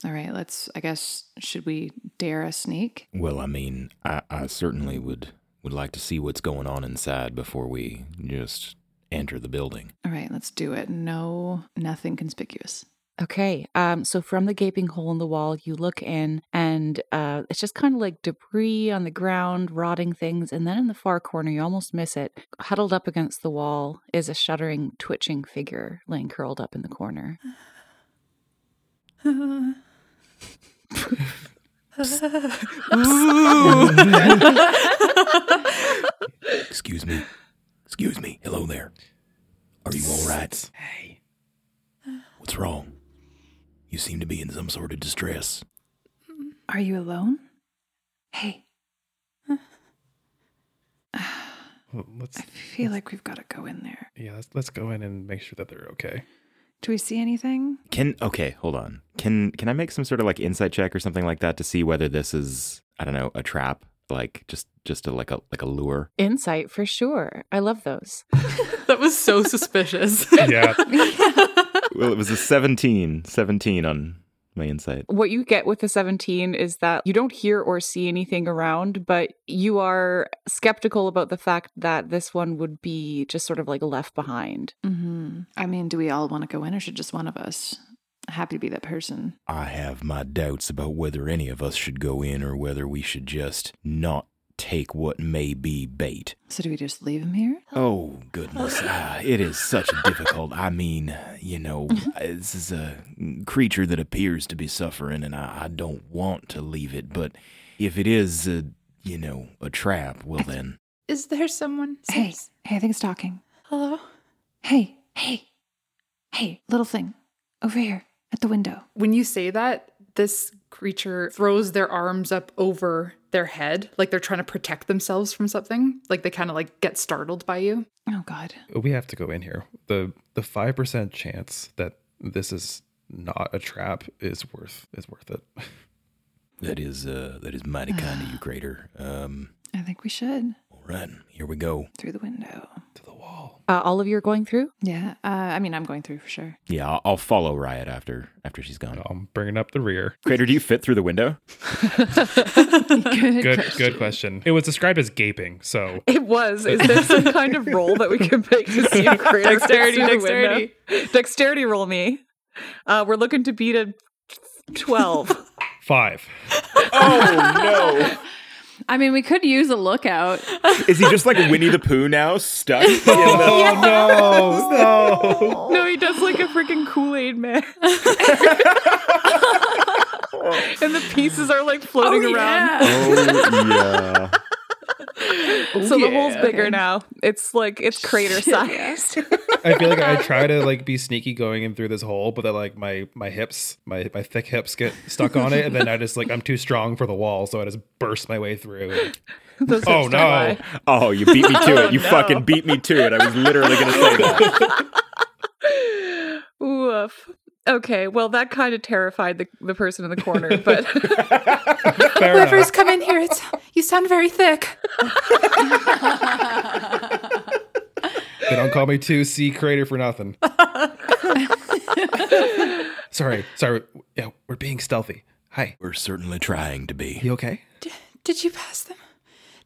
S7: All right, let's. I guess should we dare a sneak?
S9: Well, I mean, I, I certainly would would like to see what's going on inside before we just enter the building.
S7: All right, let's do it. No, nothing conspicuous.
S8: Okay. Um, so from the gaping hole in the wall, you look in, and uh, it's just kind of like debris on the ground, rotting things. And then in the far corner, you almost miss it. Huddled up against the wall is a shuddering, twitching figure laying curled up in the corner.
S9: Excuse me. Excuse me. Hello there. Are you all right?
S1: Hey.
S9: What's wrong? You seem to be in some sort of distress.
S7: Are you alone? Hey,
S1: Well, let's,
S7: I feel like we've got to go in there.
S1: yeah, let's, let's go in and make sure that they're okay. *laughs*
S7: Do we see anything?
S10: Can okay, hold on. Can can I make some sort of like insight check or something like that to see whether this is I don't know a trap, like just just a, like a like a
S9: *laughs*
S10: lure?
S8: Insight for sure. I love those.
S2: That was *laughs* so suspicious.
S1: Yeah.
S10: well, it was a 17, 17 on my insight.
S8: What you get with the 17 is that you don't hear or see anything around, but you are skeptical about the fact that this one would be just sort of like left behind.
S7: Mm-hmm. I mean, do we all want to go in, or should just one of us? Happy to be that person.
S9: I have my doubts about whether any of us should go in or whether we should just not take what may be bait.
S7: So do we just leave him here?
S9: Oh goodness, Ah, it is such a difficult. I mean, you know, uh, this is a creature that appears to be suffering, and I, I don't want to leave it. But if it is a, you know, a trap, well then,
S3: Is there someone?
S7: Hey, hey, I think it's talking.
S3: Hello?
S7: Hey, hey, hey, little thing, over here at the window.
S2: When you say that, this creature throws their arms up over their head, like they're trying to protect themselves from something. Like they kind of like get startled by you.
S7: Oh God.
S1: we have to go in here. The the five percent chance that this is not a trap is worth is worth it.
S9: that is uh, that is mighty kind of you, Crater. Um,
S7: I think we should
S9: all right, here we go.
S7: through the window.
S1: To the wall.
S8: Uh, all of you are going through?
S7: Yeah. Uh, I mean, I'm going through for
S9: *laughs*
S7: sure.
S9: Yeah, I'll, I'll follow Riot after after she's gone.
S1: I'm bringing up the rear.
S10: Crater, Oh. do you fit through the window?
S1: Good good question. It was described as gaping, so
S8: It was. Is there
S2: *laughs*
S8: some kind of roll that we can make to see if Kratos fits
S2: Dexterity,
S8: through the
S2: dexterity.
S8: window? Dexterity roll me. Uh, we're looking to beat a
S2: *laughs*
S8: 12.
S1: *laughs* five.
S10: Oh
S7: I mean, we could use a lookout.
S10: no! Is he just like Winnie the Pooh now, stuck? in the-
S1: *laughs* Oh no, no.
S8: no, he does like a freaking Kool Aid man. and the pieces are like floating around.
S10: Oh yeah.
S8: so the hole's
S2: Oh, yeah.
S8: bigger now. It's like, it's crater sized.
S1: I feel like I try to like be sneaky going in through this hole, but then like my my hips, my my thick hips get stuck on it, and then I just like I'm too strong for the wall, so I just burst my way *laughs* through.
S8: *laughs* Those
S1: Oh
S8: hips don't lie.
S1: no.
S10: Oh, you beat me to
S9: *laughs*
S10: it. You fucking beat me to it. I was literally gonna say that.
S2: Oh.
S8: Woof. Okay, well, that kind of terrified the, the person in the corner, but.
S1: Fair
S3: Whoever's
S1: enough.
S3: come in here, it's you sound very thick.
S1: They don't call me 2C creator for
S7: *laughs*
S1: nothing. sorry, sorry. Yeah, we're being stealthy. Hi,
S9: We're certainly trying to be.
S1: you okay?
S3: Did you pass them?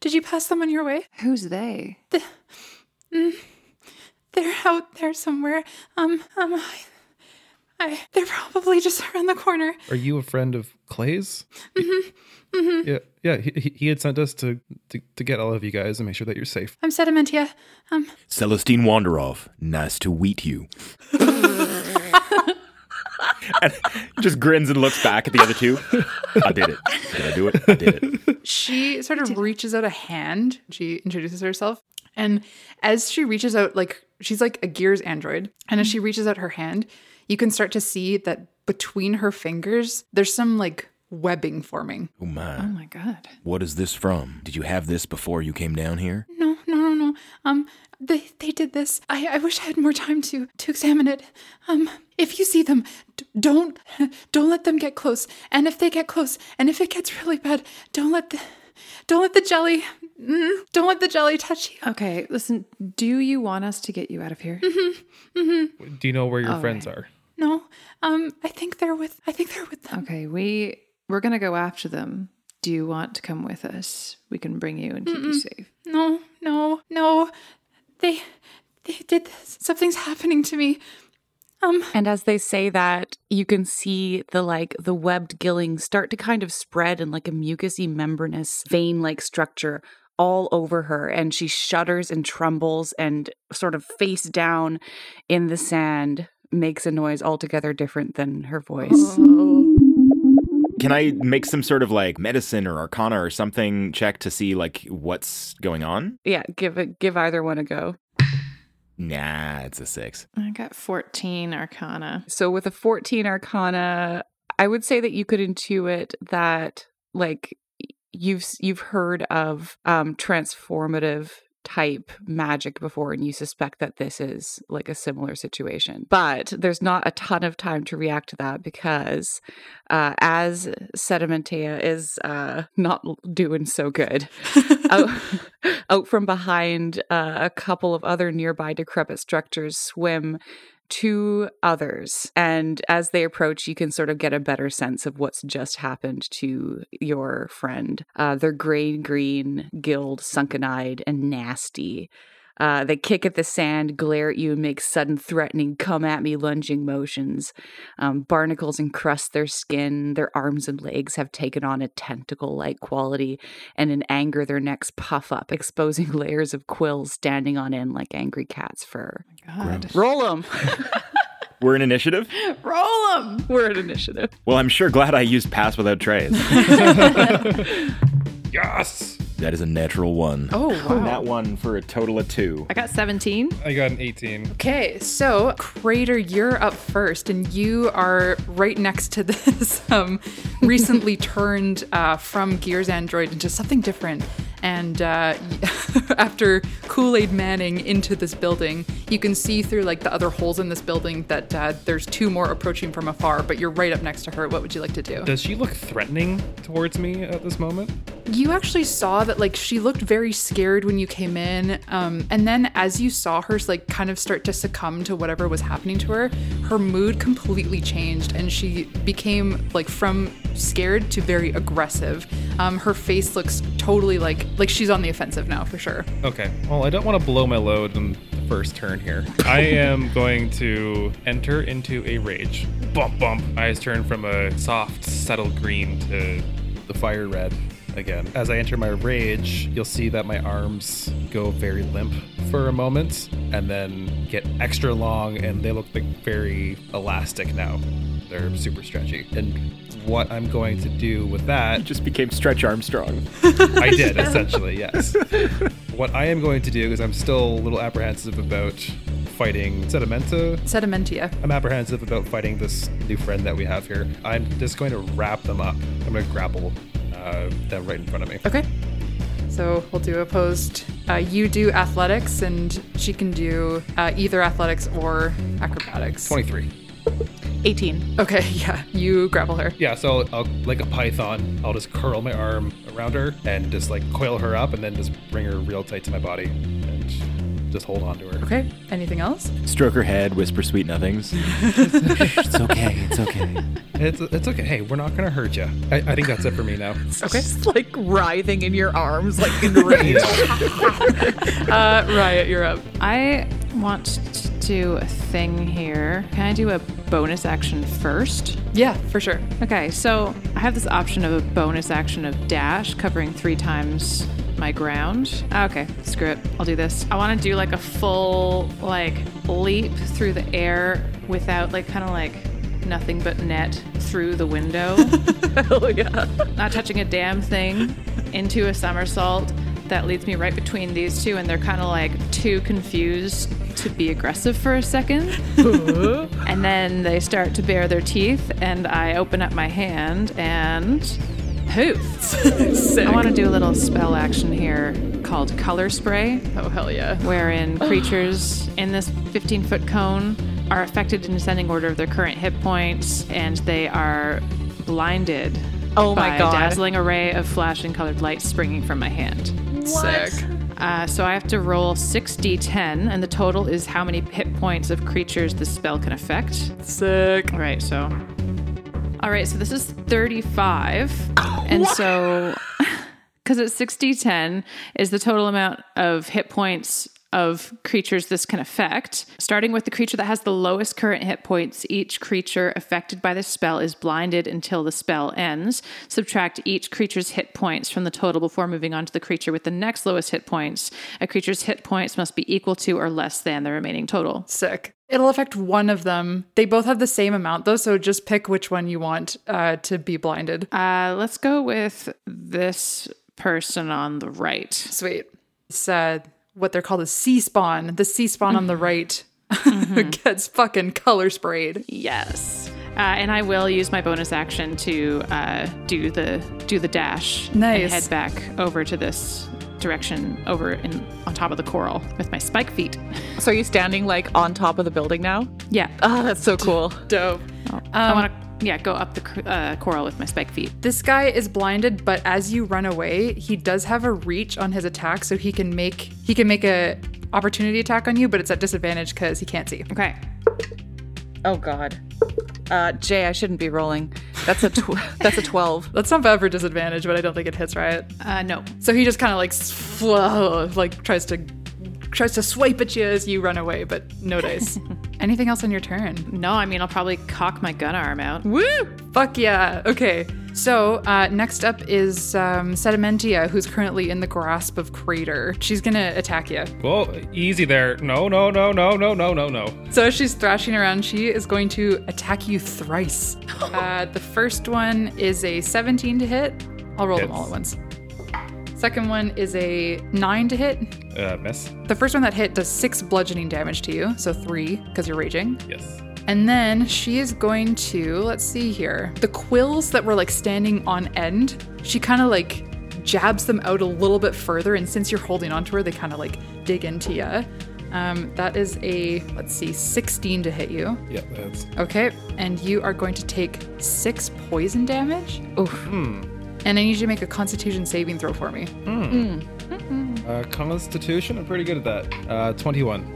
S3: Did you pass them on your way?
S7: Who's they?
S3: They're out there somewhere. Um, um, I, I they're probably just around the corner.
S1: Are you a friend of Clay's?
S7: Mm-hmm.
S1: Yeah, yeah. He, he- he had sent us to, to to get all of you guys and make sure that you're safe.
S3: I'm Sedimentia. Um,
S9: Celestine Wanderoff, nice to meet you.
S10: Just grins and looks back at the other two. I did it. Did I do it? I did it.
S2: She sort of reaches out a hand. She introduces herself. And as she reaches out, like she's like a Gears android. And as she reaches out her hand, you can start to see that between her fingers, there's some like webbing forming.
S9: Oh my.
S7: Oh my god.
S9: What is this from? Did you have this before you came down here?
S3: No, no, no, no. Um, they they did this. I I wish I had more time to to examine it. Um, if you see them, d- don't *laughs* don't let them get close. And if they get close, and if it gets really bad, don't let the don't let the jelly mm, don't let the jelly touch you.
S7: Okay, listen, do you want us to get you out of here?
S3: Mm-hmm. Mm-hmm.
S1: Do you know where your
S7: All
S1: friends
S7: right.
S1: are?
S3: No. Um, I think they're with I think they're with them.
S7: Okay, we we're going to go after them. Do you want to come with us? We can bring you and keep you safe.
S3: No, no, no. They they did this. Something's happening to me. Um
S8: And as they say that, you can see the like the webbed gilling start to kind of spread in like a mucousy membranous vein like structure all over her and she shudders and trembles and sort of face down in the sand makes a noise altogether different than her voice.
S10: Can I make some sort of like medicine or arcana or something check to see like what's going on?
S8: Yeah, give it give either one a go.
S10: Nah, it's a six.
S7: I got 14 arcana.
S8: So with a 14 arcana, I would say that you could intuit that like y- you've s- you've heard of um transformative type magic before and you suspect that this is like a similar situation. But there's not a ton of time to react to that because uh as Sedimentea is uh not l- doing so good. out, *laughs* out from behind uh, a couple of other nearby decrepit structures swim two others. And as they approach, you can sort of get a better sense of what's just happened to your friend. Uh, they're gray green, gilled, sunken eyed, and nasty. Uh, they kick at the sand, glare at you, and make sudden threatening, come at me lunging motions. Um, barnacles encrust their skin. Their arms and legs have taken on a tentacle like quality, and in anger, their necks puff up, *laughs* exposing layers of quills standing on end like angry cat's fur.
S7: God.
S8: Roll them.
S10: We're an initiative?
S7: Roll them.
S8: We're at initiative.
S10: Well, I'm sure glad I used pass without trace.
S1: Yes.
S9: That is a natural one.
S2: Oh,
S10: that one for a total of two.
S7: I got 17.
S1: I got an 18.
S2: Okay, so Crater, you're up first, and you are right next to *laughs* this um, recently turned uh, from Gears Android into something different. And uh, *laughs* after Kool Aid Manning into this building, you can see through like the other holes in this building that uh, there's two more approaching from afar. But you're right up next to her. What would you like to do?
S1: Does she look threatening towards me at this moment?
S2: You actually saw that like she looked very scared when you came in. Um, and then as you saw her like kind of start to succumb to whatever was happening to her, her mood completely changed and she became like from scared to very aggressive. Um, her face looks totally like like she's on the offensive now for sure.
S1: Okay. Well, I don't want to blow my load in the first turn here.
S10: *laughs*
S1: I am going to enter into a rage. Bump, bump. Eyes turn from a soft, subtle green to the fire red again. As I enter my rage, you'll see that my arms go very limp for a moment and then get extra long, and they look like very elastic now. They're super stretchy. And what I'm going to do with that
S10: Just became Stretch Armstrong.
S1: *laughs*
S10: *laughs*
S1: I did, essentially, yes. What I am going to do, because I'm still a little apprehensive about fighting Sedimenta,
S2: Sedimentia.
S1: I'm apprehensive about fighting this new friend that we have here. I'm just going to wrap them up. I'm going to grapple uh, them right in front of me.
S2: Okay. So we'll do opposed. Uh, you do athletics and she can do uh, either athletics or acrobatics.
S1: 23.
S8: 18.
S2: Okay, *laughs* yeah. You grapple her.
S1: Yeah, so I'll, like a python, I'll just curl my arm around her and just like coil her up and then just bring her real tight to my body and just hold on to her.
S2: Okay. Anything else?
S10: Stroke her head, whisper sweet nothings. Shh, it's okay, it's okay.
S1: It's, it's okay. Hey, we're not going to hurt you. I, I think that's it for me
S8: *laughs*
S1: now.
S2: Okay.
S8: Just like writhing in your arms, like
S1: *laughs*
S8: enraged.
S2: Uh, Riot, you're up.
S7: I want to do a thing here. Can I do a bonus action first?
S2: Yeah, for sure.
S7: Okay, so I have this option of a bonus action of dash covering three times my ground. Ah, Okay, screw it. I'll do this. I want to do like a full like leap through the air without like kind of like nothing but net through
S2: *laughs*
S7: the window. Hell yeah. Not touching a damn thing into a somersault that leads me right between these two, and they're kind of like too confused to be aggressive for a second. and then they start to bare their teeth, and I open up my hand and
S2: *laughs*
S7: poof. I want to do a little spell action here called Color Spray.
S2: Oh, hell yeah. *sighs*
S7: Wherein creatures in this 15 foot cone are affected in ascending order of their current hit points, and they are blinded
S2: Oh my
S7: by
S2: God.
S7: a dazzling array of flashing colored lights springing from my hand.
S2: Sick.
S7: Uh, so I have to roll 6d10, and the total is how many hit points of creatures the spell can affect.
S2: Sick.
S7: All right, so. All right, so this is 35. and so, because it's 6d10, is the total amount of hit points of creatures this can affect. Starting with the creature that has the lowest current hit points, each creature affected by the spell is blinded until the spell ends. Subtract each creature's hit points from the total before moving on to the creature with the next lowest hit points. A creature's hit points must be equal to or less than the remaining total.
S2: Sick. It'll affect one of them. They both have the same amount though, so just pick which one you want uh, to be blinded.
S7: Uh, let's go with this person on the right.
S2: Sweet. It's uh, what they're called a sea spawn. The sea spawn on the right *laughs* gets fucking color sprayed.
S7: Yes. Uh, and I will use my bonus action to uh, do the do the dash and
S2: Nice.
S7: head back over to this direction over in on top of the coral with my spike feet.
S8: So are you standing like on top of the building now?
S7: *laughs* Yeah, Um,
S8: Oh, that's so cool.
S2: Dope.
S7: I want to yeah go up the cr- uh, coral with my spike feet.
S2: This guy is blinded, but as you run away, he does have a reach on his attack, so he can make he can make a opportunity attack on you, but it's at disadvantage because he can't see.
S7: Okay,
S8: Oh God. Uh, Jay, I shouldn't be rolling. That's a tw- *laughs* that's a twelve.
S2: That's not bad for disadvantage, but I don't think it hits right.
S7: uh, no,
S2: So he just kind of like slow, like tries to tries to swipe at you as you run away, but no
S7: *laughs*
S2: dice. Anything else on your turn?
S7: no. I mean I'll probably cock my gun arm out.
S2: Woo! Fuck yeah. Okay. So uh, next up is um, Sedimentia, who's currently in the grasp of Crater. She's gonna attack you.
S1: Well, easy there. No, no, no, no, no, no, no, no.
S2: So as she's thrashing around, she is going to attack you thrice. Uh, the first one is a 17 to hit. I'll roll them
S1: Hits.
S2: all at once. Second one is a 9 to hit.
S1: Uh, miss.
S2: The first one that hit does 6 bludgeoning damage to you, so 3 because you're raging.
S1: Yes.
S2: And then she is going to, let's see here. The quills that were like standing on end, she kind of like jabs them out a little bit further. And since you're holding onto her, they kind of like dig into you. Um, that is a, let's see, 16 to hit you.
S1: Yeah, that's
S2: Okay. And you are going to take six poison damage. Oof. And I need you to make a constitution saving throw for me.
S1: uh, Constitution. I'm pretty good at that. Uh, 21.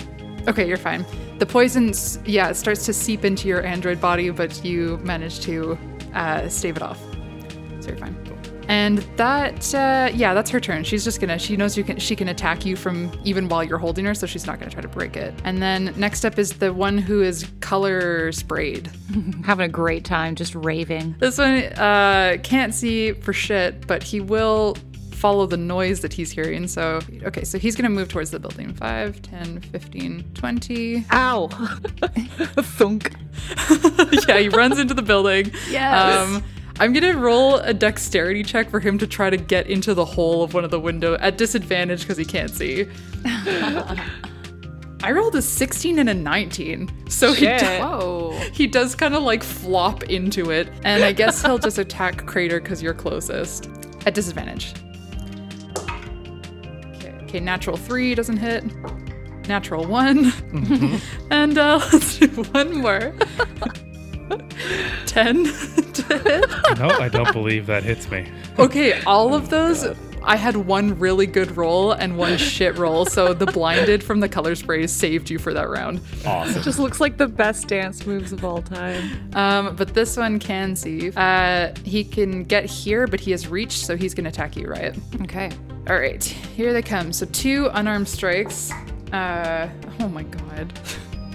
S2: Okay, you're fine. The poison, s- yeah, it starts to seep into your android body, but you manage to uh, stave it off. So you're fine. And that, uh, yeah, that's her turn. She's just gonna. She knows you can. She can attack you from even while you're holding her, so she's not gonna try to break it. And then next up is the one who is color sprayed.
S8: Having a great time, just raving.
S2: This one uh, can't see for shit, but he will follow the noise that he's hearing. So, okay, so he's gonna move towards the building. 5, 10, 15, 20.
S8: Ow. *laughs* Thunk.
S2: *laughs* yeah, he runs into the building. Yes. Um, I'm gonna roll a dexterity check for him to try to get into the hole of one of the window at disadvantage because he can't see. I rolled a 16 and a 19, so he do- he does kind of like flop into it, and I guess he'll just attack Crater because you're closest at disadvantage. Okay, natural three doesn't hit. Natural one, *laughs* and uh, let's do one more. *laughs* 10 to hit.
S1: No, I don't *laughs* believe that hits me.
S2: Okay, all of those. I had one really good roll and one shit roll, so the blinded from the color spray saved you for that round.
S8: Just looks like the best dance moves of all time.
S2: Um, but this one can see. Uh, he can get here, but he has reached, so he's gonna attack you, right?
S7: Okay,
S2: All right, here they come. So two unarmed strikes. Uh, oh my god.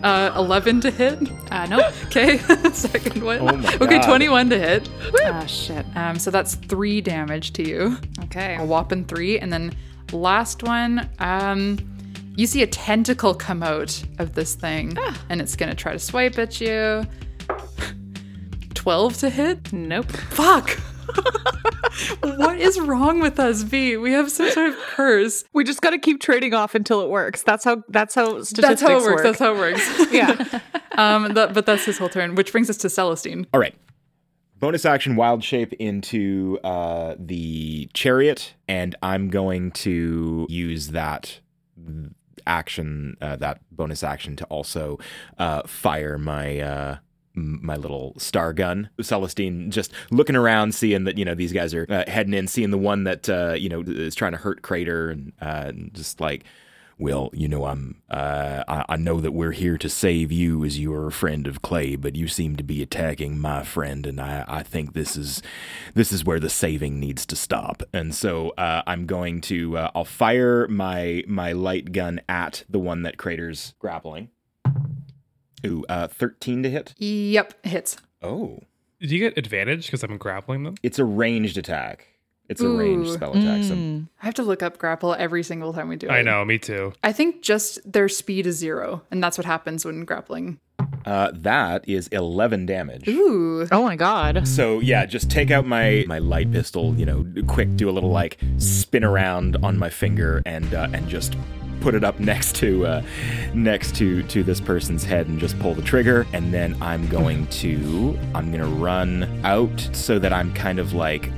S2: Uh, 11 to hit.
S7: uh, nope.
S2: *laughs* Okay, second one.
S10: Oh my
S2: okay,
S10: God.
S2: 21 to hit.
S7: Ah shit.
S2: Um, so that's three damage to you.
S7: Okay.
S2: a whopping three. And then last one, um, you see a tentacle come out of this thing,
S7: Ah.
S2: and it's gonna try to swipe at you. Twelve to hit.
S7: Nope.
S2: Fuck. *laughs* what is wrong with us, V? We have some sort of curse.
S8: We just got to keep trading off until it works. That's how. That's how statistics
S2: That's how it works.
S8: work.
S2: That's how it *laughs* works.
S8: yeah.
S2: um, that, but that's his whole turn, which brings us to Celestine.
S9: All right. Bonus action wild shape into uh, the chariot, and I'm going to use that action, uh, that bonus action, to also uh, fire my uh, m- my little star gun. Celestine just looking around, seeing that you know these guys are uh, heading in, seeing the one that uh, you know is trying to hurt Crater, and, uh, and just like
S13: Well, you know, I'm. Uh, I, I know that we're here to save you, as you are a friend of Clay, but you seem to be attacking my friend, and I, I think this is, this is where the saving needs to stop.
S9: And so uh, I'm going to uh, I'll fire my my light gun at the one that Crater's grappling. Ooh, uh, 13 to hit.
S2: Yep, hits.
S9: Oh,
S1: Do you get advantage because I'm grappling them?
S9: it's a ranged attack. It's a ranged
S2: Ooh. Mm.
S9: spell attack. So
S2: I have to look up grapple every single time we do it.
S1: I know, me too.
S2: I think just their speed is zero, and that's what happens when grappling.
S9: uh, that is 11 damage.
S2: Ooh.
S8: Oh my god.
S9: Um, So yeah, just take out my Mm. my light pistol. You know, quick, do a little like spin around on my finger and uh, and just put it up next to uh, next to to this person's head and just pull the trigger. And then I'm going to I'm gonna run out so that I'm kind of like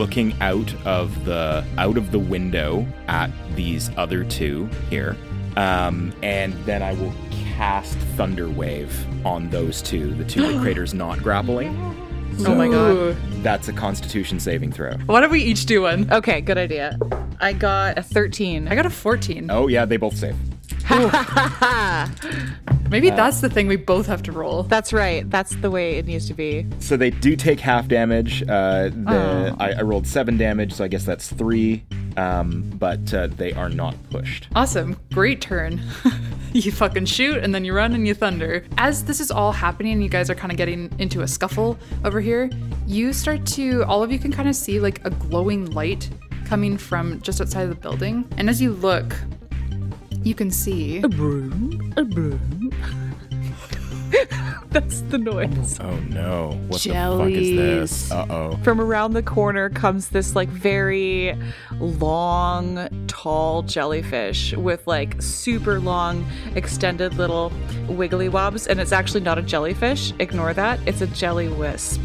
S9: looking out of the out of the window at these other two here. Um, and then I will cast Thunder Wave on those two, the two that *gasps* Crater's not grappling.
S8: Oh my god. *laughs*
S9: That's a Constitution saving throw.
S2: Why don't we each do one?
S8: Okay, good idea. I got a 13.
S2: I got a 14.
S9: Oh yeah, they both save.
S2: Maybe that's the thing we both have to roll.
S8: That's right. That's the way it needs to be.
S9: So they do take half damage. Uh,
S8: Oh.
S9: the, I, I rolled seven damage, so I guess that's three. Um, but uh, they are not pushed.
S2: Awesome. Great turn. *laughs* you fucking shoot and then you run and you thunder. As this is all happening and you guys are kind of getting into a scuffle over here, you start to, all of you can kind of see like a glowing light coming from just outside of the building. And as you look, you can see.
S8: That's the noise.
S9: Oh no! What
S7: Jellies.
S9: Uh oh.
S8: From around the corner comes this like very long, tall jellyfish with like super long, extended little wiggly wobs. And it's actually not a jellyfish. Ignore that. It's a jelly wisp.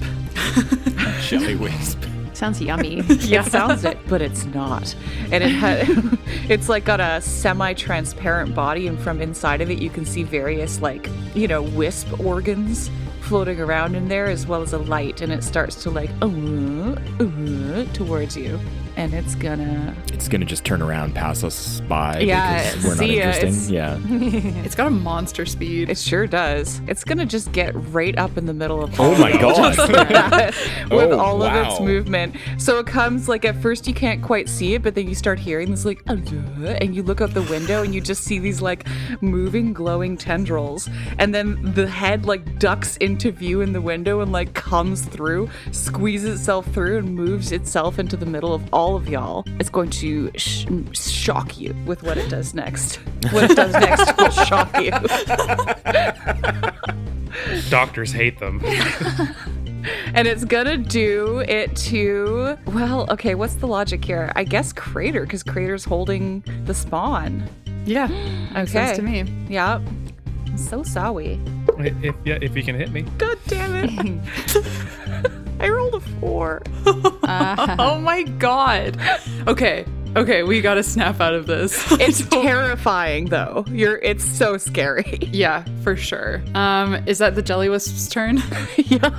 S9: Jelly wisp.
S7: Sounds *laughs* yummy.
S8: It sounds it, but it's not. And it ha- *laughs* it's like got a semi-transparent body, and from inside of it, you can see various like you know wisp organs floating around in there, as well as a light, and it starts to like uh, uh, towards you, and it's gonna
S9: It's gonna just turn around, pass us by
S8: Yeah,
S9: because we're not
S8: see ya, it's- *laughs*
S9: interesting. Yeah.
S2: It's got a monster speed.
S8: it sure does. It's gonna just get right up in the middle of
S9: Oh
S8: *laughs*
S9: my god.
S8: with
S9: Oh,
S8: all of its
S9: wow.
S8: movement. So it comes like at first you can't quite see it, but then you start hearing this like, *laughs* "Uh, uh," and you look out the window and you just see these like moving, glowing tendrils. And then the head like ducks into view in the window and like comes through, squeezes itself through, and moves itself into the middle of all of y'all. It's going to sh- shock you with what it does next. What it does next will shock you.
S1: Doctors hate them. *laughs*
S8: And it's gonna do it to well, okay, what's the logic here? I guess crater, because crater's holding the spawn.
S2: *gasps* Yeah.
S8: Okay.
S2: Sense to me.
S8: Yep. So sorry.
S1: if, if- yeah, if you can hit me.
S8: God damn it. I rolled a four.
S2: Oh my god. Okay. Okay, we gotta snap out of
S8: *laughs*
S2: this.
S8: It's terrifying though. You're it's so scary. *laughs*
S2: yeah, for sure. Um, is that the jelly wisp's *laughs* turn?
S8: yep.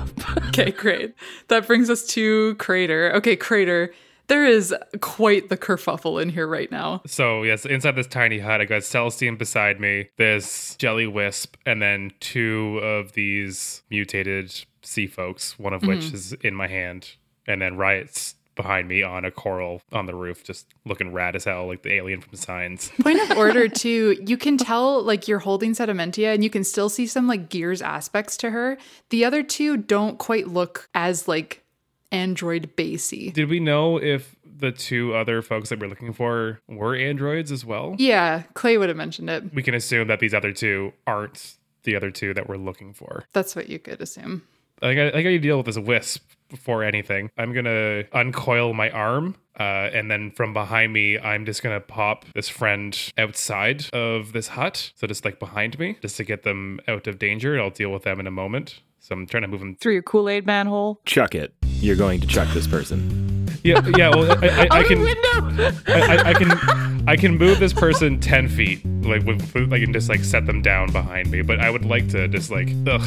S2: Okay, great. That brings us to Crater. Okay, Crater, there is quite the kerfuffle in here right now.
S1: So yes, inside this tiny hut, I got Celestine beside me, this jelly wisp, and then two of these mutated sea folks. One of which is in my hand, and then riots behind me on a coral on the roof, just looking rad as hell, like the alien from Signs.
S2: Point of order, too, you can tell like you're holding Sedimentia and you can still see some like Gears aspects to her. The other two don't quite look as like android basey.
S1: Did we know if the two other folks that we're looking for were androids as well?
S2: Yeah, Clay would have mentioned it.
S1: We can assume that these other two aren't the other two that we're looking for.
S2: That's what you could assume.
S1: I got, I got to deal with this wisp before anything, I'm gonna uncoil my arm, uh, and then from behind me, I'm just gonna pop this friend outside of this hut, so just like behind me, just to get them out of danger. I'll deal with them in a moment. So I'm trying to move them
S8: through your Kool Aid manhole.
S10: Chuck it. You're going to chuck this person.
S1: Yeah, yeah. Well, I, I, I can.
S8: window.
S1: I, I, I can. I can move this person ten feet, like with, with- I can just like set them down behind me. But I would like to just like ugh,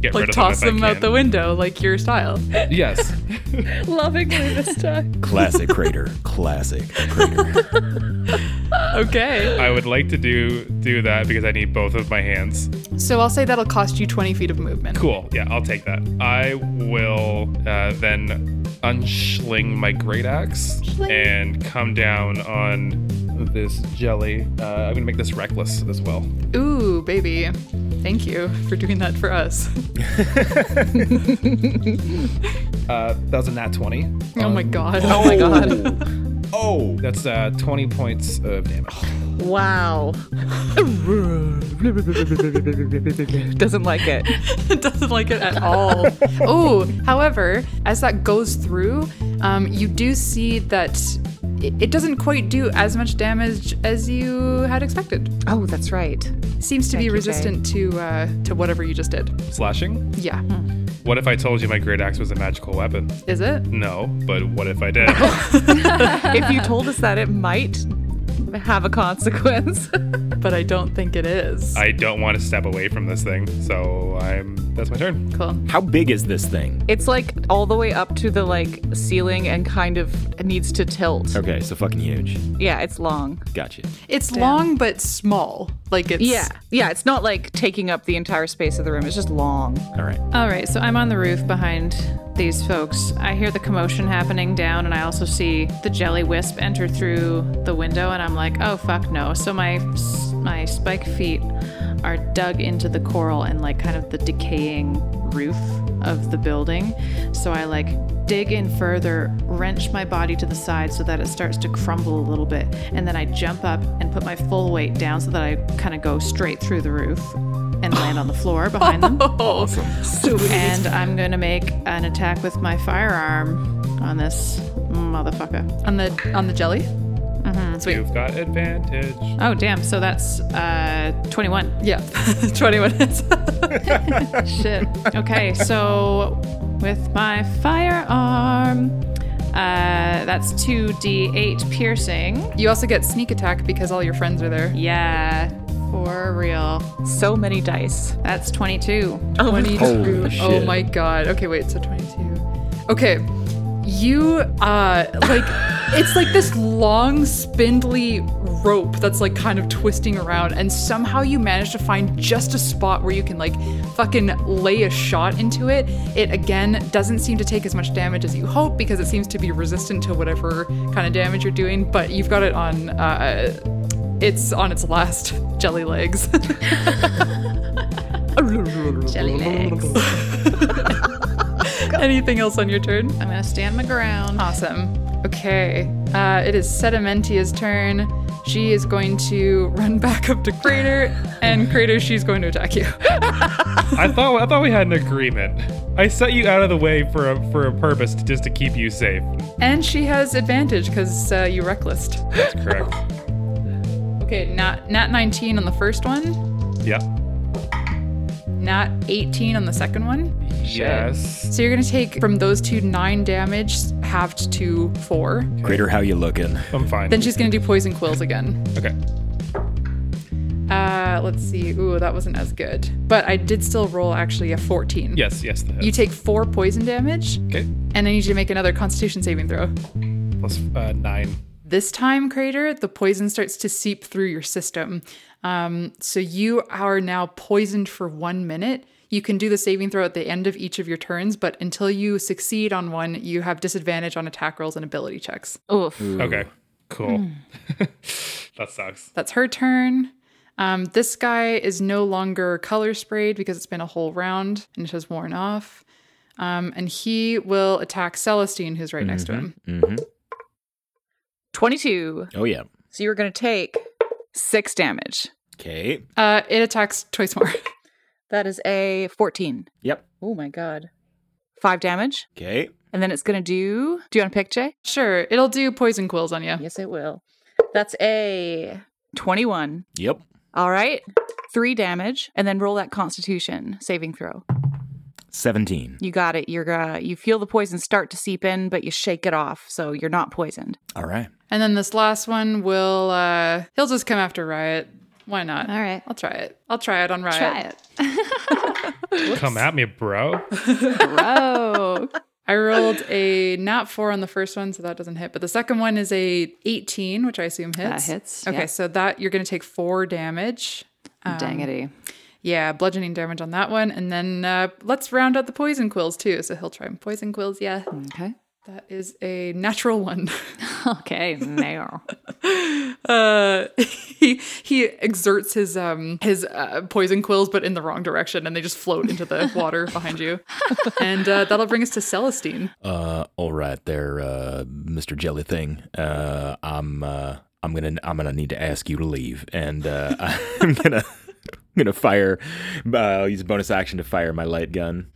S1: get rid
S2: Like
S1: of
S2: toss
S1: them, if
S2: them
S1: I
S2: out the
S1: can.
S2: window, like your style. *laughs*
S1: Yes.
S7: Lovingly this time.
S10: Classic
S8: *laughs*
S10: crater. Classic crater.
S2: Okay.
S1: I would like to do do that because I need both of my hands.
S2: So I'll say that'll cost you 20 feet of movement.
S1: Cool. Yeah, I'll take that. I will uh, then unschling my great axe and come down on this jelly. Uh, I'm gonna make this reckless as well.
S2: Ooh, baby. Thank you for doing that for us. *laughs*
S1: Uh, that was a nat twenty.
S2: Oh my god. Oh *laughs* my god.
S1: Oh, that's uh, twenty points of damage. *laughs*
S8: Wow. Doesn't like it.
S1: *laughs*
S2: *laughs* Doesn't like it at all. *laughs* Ooh, however, as that goes through, um, you do see that it it doesn't quite do as much damage as you had expected.
S8: Oh, that's right.
S2: Seems to
S8: Thank
S2: be
S8: you, Jay.
S2: resistant to uh, to whatever you just did.
S1: Slashing.
S2: Yeah.
S1: What if I told you my great axe was a magical weapon?
S2: Is it?
S1: No, but what if I did?
S8: if you told us that, it might have a consequence. *laughs*
S2: But I don't think it is.
S1: I don't want to step away from this thing, so I'm. That's my turn.
S2: cool.
S10: How big is this thing?
S8: it's like all the way up to the like ceiling and kind of needs to tilt.
S10: Okay, so fucking huge.
S8: Yeah, it's long.
S10: Gotcha.
S2: It's long but small. Like it's
S8: Yeah. Yeah, it's not like taking up the entire space of the room. It's just long.
S10: All right.
S7: All right, so I'm on the roof behind these folks. I hear the commotion happening down, and I also see the jelly wisp enter through the window, and I'm like, oh fuck no. So my my spike feet are dug into the coral and like kind of the decaying roof of the building. So I like dig in further, wrench my body to the side so that it starts to crumble a little bit, and then I jump up and put my full weight down so that I kind of go straight through the roof and land on the floor behind them. And I'm gonna make an attack with my firearm on this motherfucker.
S2: on the on the jelly. Sweet.
S1: You've got advantage.
S7: Oh damn! So that's uh, 21.
S2: Yeah. *laughs* 21 minutes. *laughs*
S7: Shit. *laughs* Okay, so with my firearm, uh, that's 2d8 piercing.
S2: you also get sneak attack because all your friends are there.
S7: Yeah, for real.
S8: So many dice.
S7: That's 22.
S2: 22.
S10: Holy
S2: Oh
S10: shit.
S2: my god. Okay, wait, so 22. Okay. You uh like
S10: *laughs*
S2: it's like this long spindly rope that's like kind of twisting around and somehow you manage to find just a spot where you can like fucking lay a shot into it. It again doesn't seem to take as much damage as you hope because it seems to be resistant to whatever kind of damage you're doing, but you've got it on uh it's on its last *laughs* jelly legs.
S7: Jelly legs. I'm
S2: Anything else on your turn?
S7: gonna stand my ground.
S2: Awesome. Okay. Uh, it is Sedimentia's turn. She is going to run *laughs* back up to Crater, and Crater, she's going to attack you. *laughs*
S1: I thought I thought we had an agreement. I set you out of the way for a, for a purpose, just to keep you safe.
S2: and she has advantage because uh, you recklessed.
S1: That's
S2: *laughs*
S1: correct.
S2: Okay, nat, nat 19 on the first one,
S1: Yeah.
S2: nat 18 on the second one.
S1: Yes.
S2: So you're going to take from those two nine damage, halved to four.
S10: Crater, how you looking?
S1: I'm fine.
S2: Then she's going to do poison quills again.
S1: okay.
S2: Uh, let's see. Ooh, that wasn't as good. But I did still roll actually a 14.
S1: Yes. Yes. The hit.
S2: You take four poison damage,
S1: okay.
S2: and I need you to make another Constitution saving throw.
S1: Plus uh, nine.
S2: This time, Crater, the poison starts to seep through your system. Um, so you are now poisoned for one minute. You can do the saving throw at the end of each of your turns, but until you succeed on one, you have disadvantage on attack rolls and ability checks.
S8: Oof.
S1: Okay. Cool.
S2: Hmm.
S1: *laughs* that sucks.
S2: That's her turn. Um, this guy is no longer color sprayed because it's been a whole round and it has worn off. Um, and he will attack Celestine, who's right next to him.
S10: Mm-hmm.
S8: 22.
S10: Oh yeah.
S8: So you're going to take six damage.
S10: Okay.
S2: Uh, it attacks twice more.
S8: That is a 14.
S10: Yep.
S8: Oh my god. Five damage.
S10: Okay.
S8: And then it's going to do. Do you want to pick, Jay?
S2: *laughs* Sure. It'll do poison quills on you.
S8: Yes, it will. That's a 21.
S10: Yep.
S8: All right. Three damage. And then roll that constitution saving throw.
S10: 17.
S8: You got it. You're uh, you feel the poison start to seep in, but you shake it off, so you're not poisoned.
S10: All right.
S2: And then this last one will uh he'll just come after Riot. Why not?
S7: All right.
S2: I'll try it. I'll try it on Riot.
S7: Try
S1: it. come at me, bro.
S7: Bro.
S2: I
S7: *laughs*
S2: rolled a nat four on the first one, so that doesn't hit. But the second one is a 18, which I assume hits.
S7: That hits.
S2: Okay,
S7: yeah.
S2: so that you're going to take four damage.
S7: Um, Dangity.
S2: Yeah, bludgeoning damage on that one. And then uh, let's round out the poison quills too. So he'll try and poison quills. Yeah.
S7: Okay.
S2: That is a natural
S7: *laughs*
S2: one. *laughs*
S7: okay, now.
S2: uh, *laughs* he he exerts his um his uh, poison quills, but in the wrong direction, and they just float into the water behind you. And uh, that'll bring us to Celestine.
S9: Uh, all right, there, uh, Mister Jelly Thing. Uh, I'm uh, I'm gonna I'm gonna need to ask you to leave, and uh, *laughs* I'm gonna I'm gonna fire. Uh, I'll use a bonus action to fire my light gun.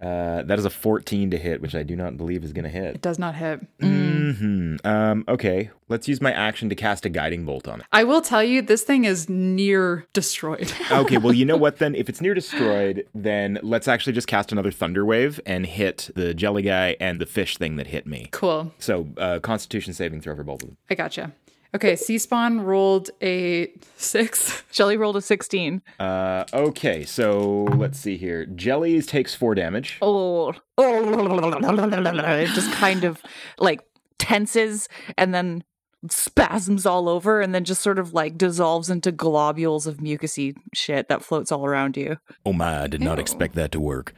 S9: Uh, that is a 14 to hit, which I do not believe is going to hit.
S2: It does not hit.
S9: Mm-hmm. Um, okay, let's use my action to cast a guiding bolt on it.
S2: I will tell you, this thing is near destroyed.
S10: *laughs* okay, well, you know what then? If it's near destroyed, then let's actually just cast another thunder wave and hit the jelly guy and the fish thing that hit me.
S2: Cool.
S10: So, uh, Constitution saving throw for both of them.
S2: I gotcha. Okay, C Spawn rolled a six.
S8: Jelly rolled a 16.
S10: Uh, okay, so let's see here. Jelly takes four damage.
S8: Oh, oh, it just kind of like tenses and then spasms all over and then just sort of like dissolves into globules of mucousy shit that floats all around you.
S9: Oh my, I did not Ew. expect that to work.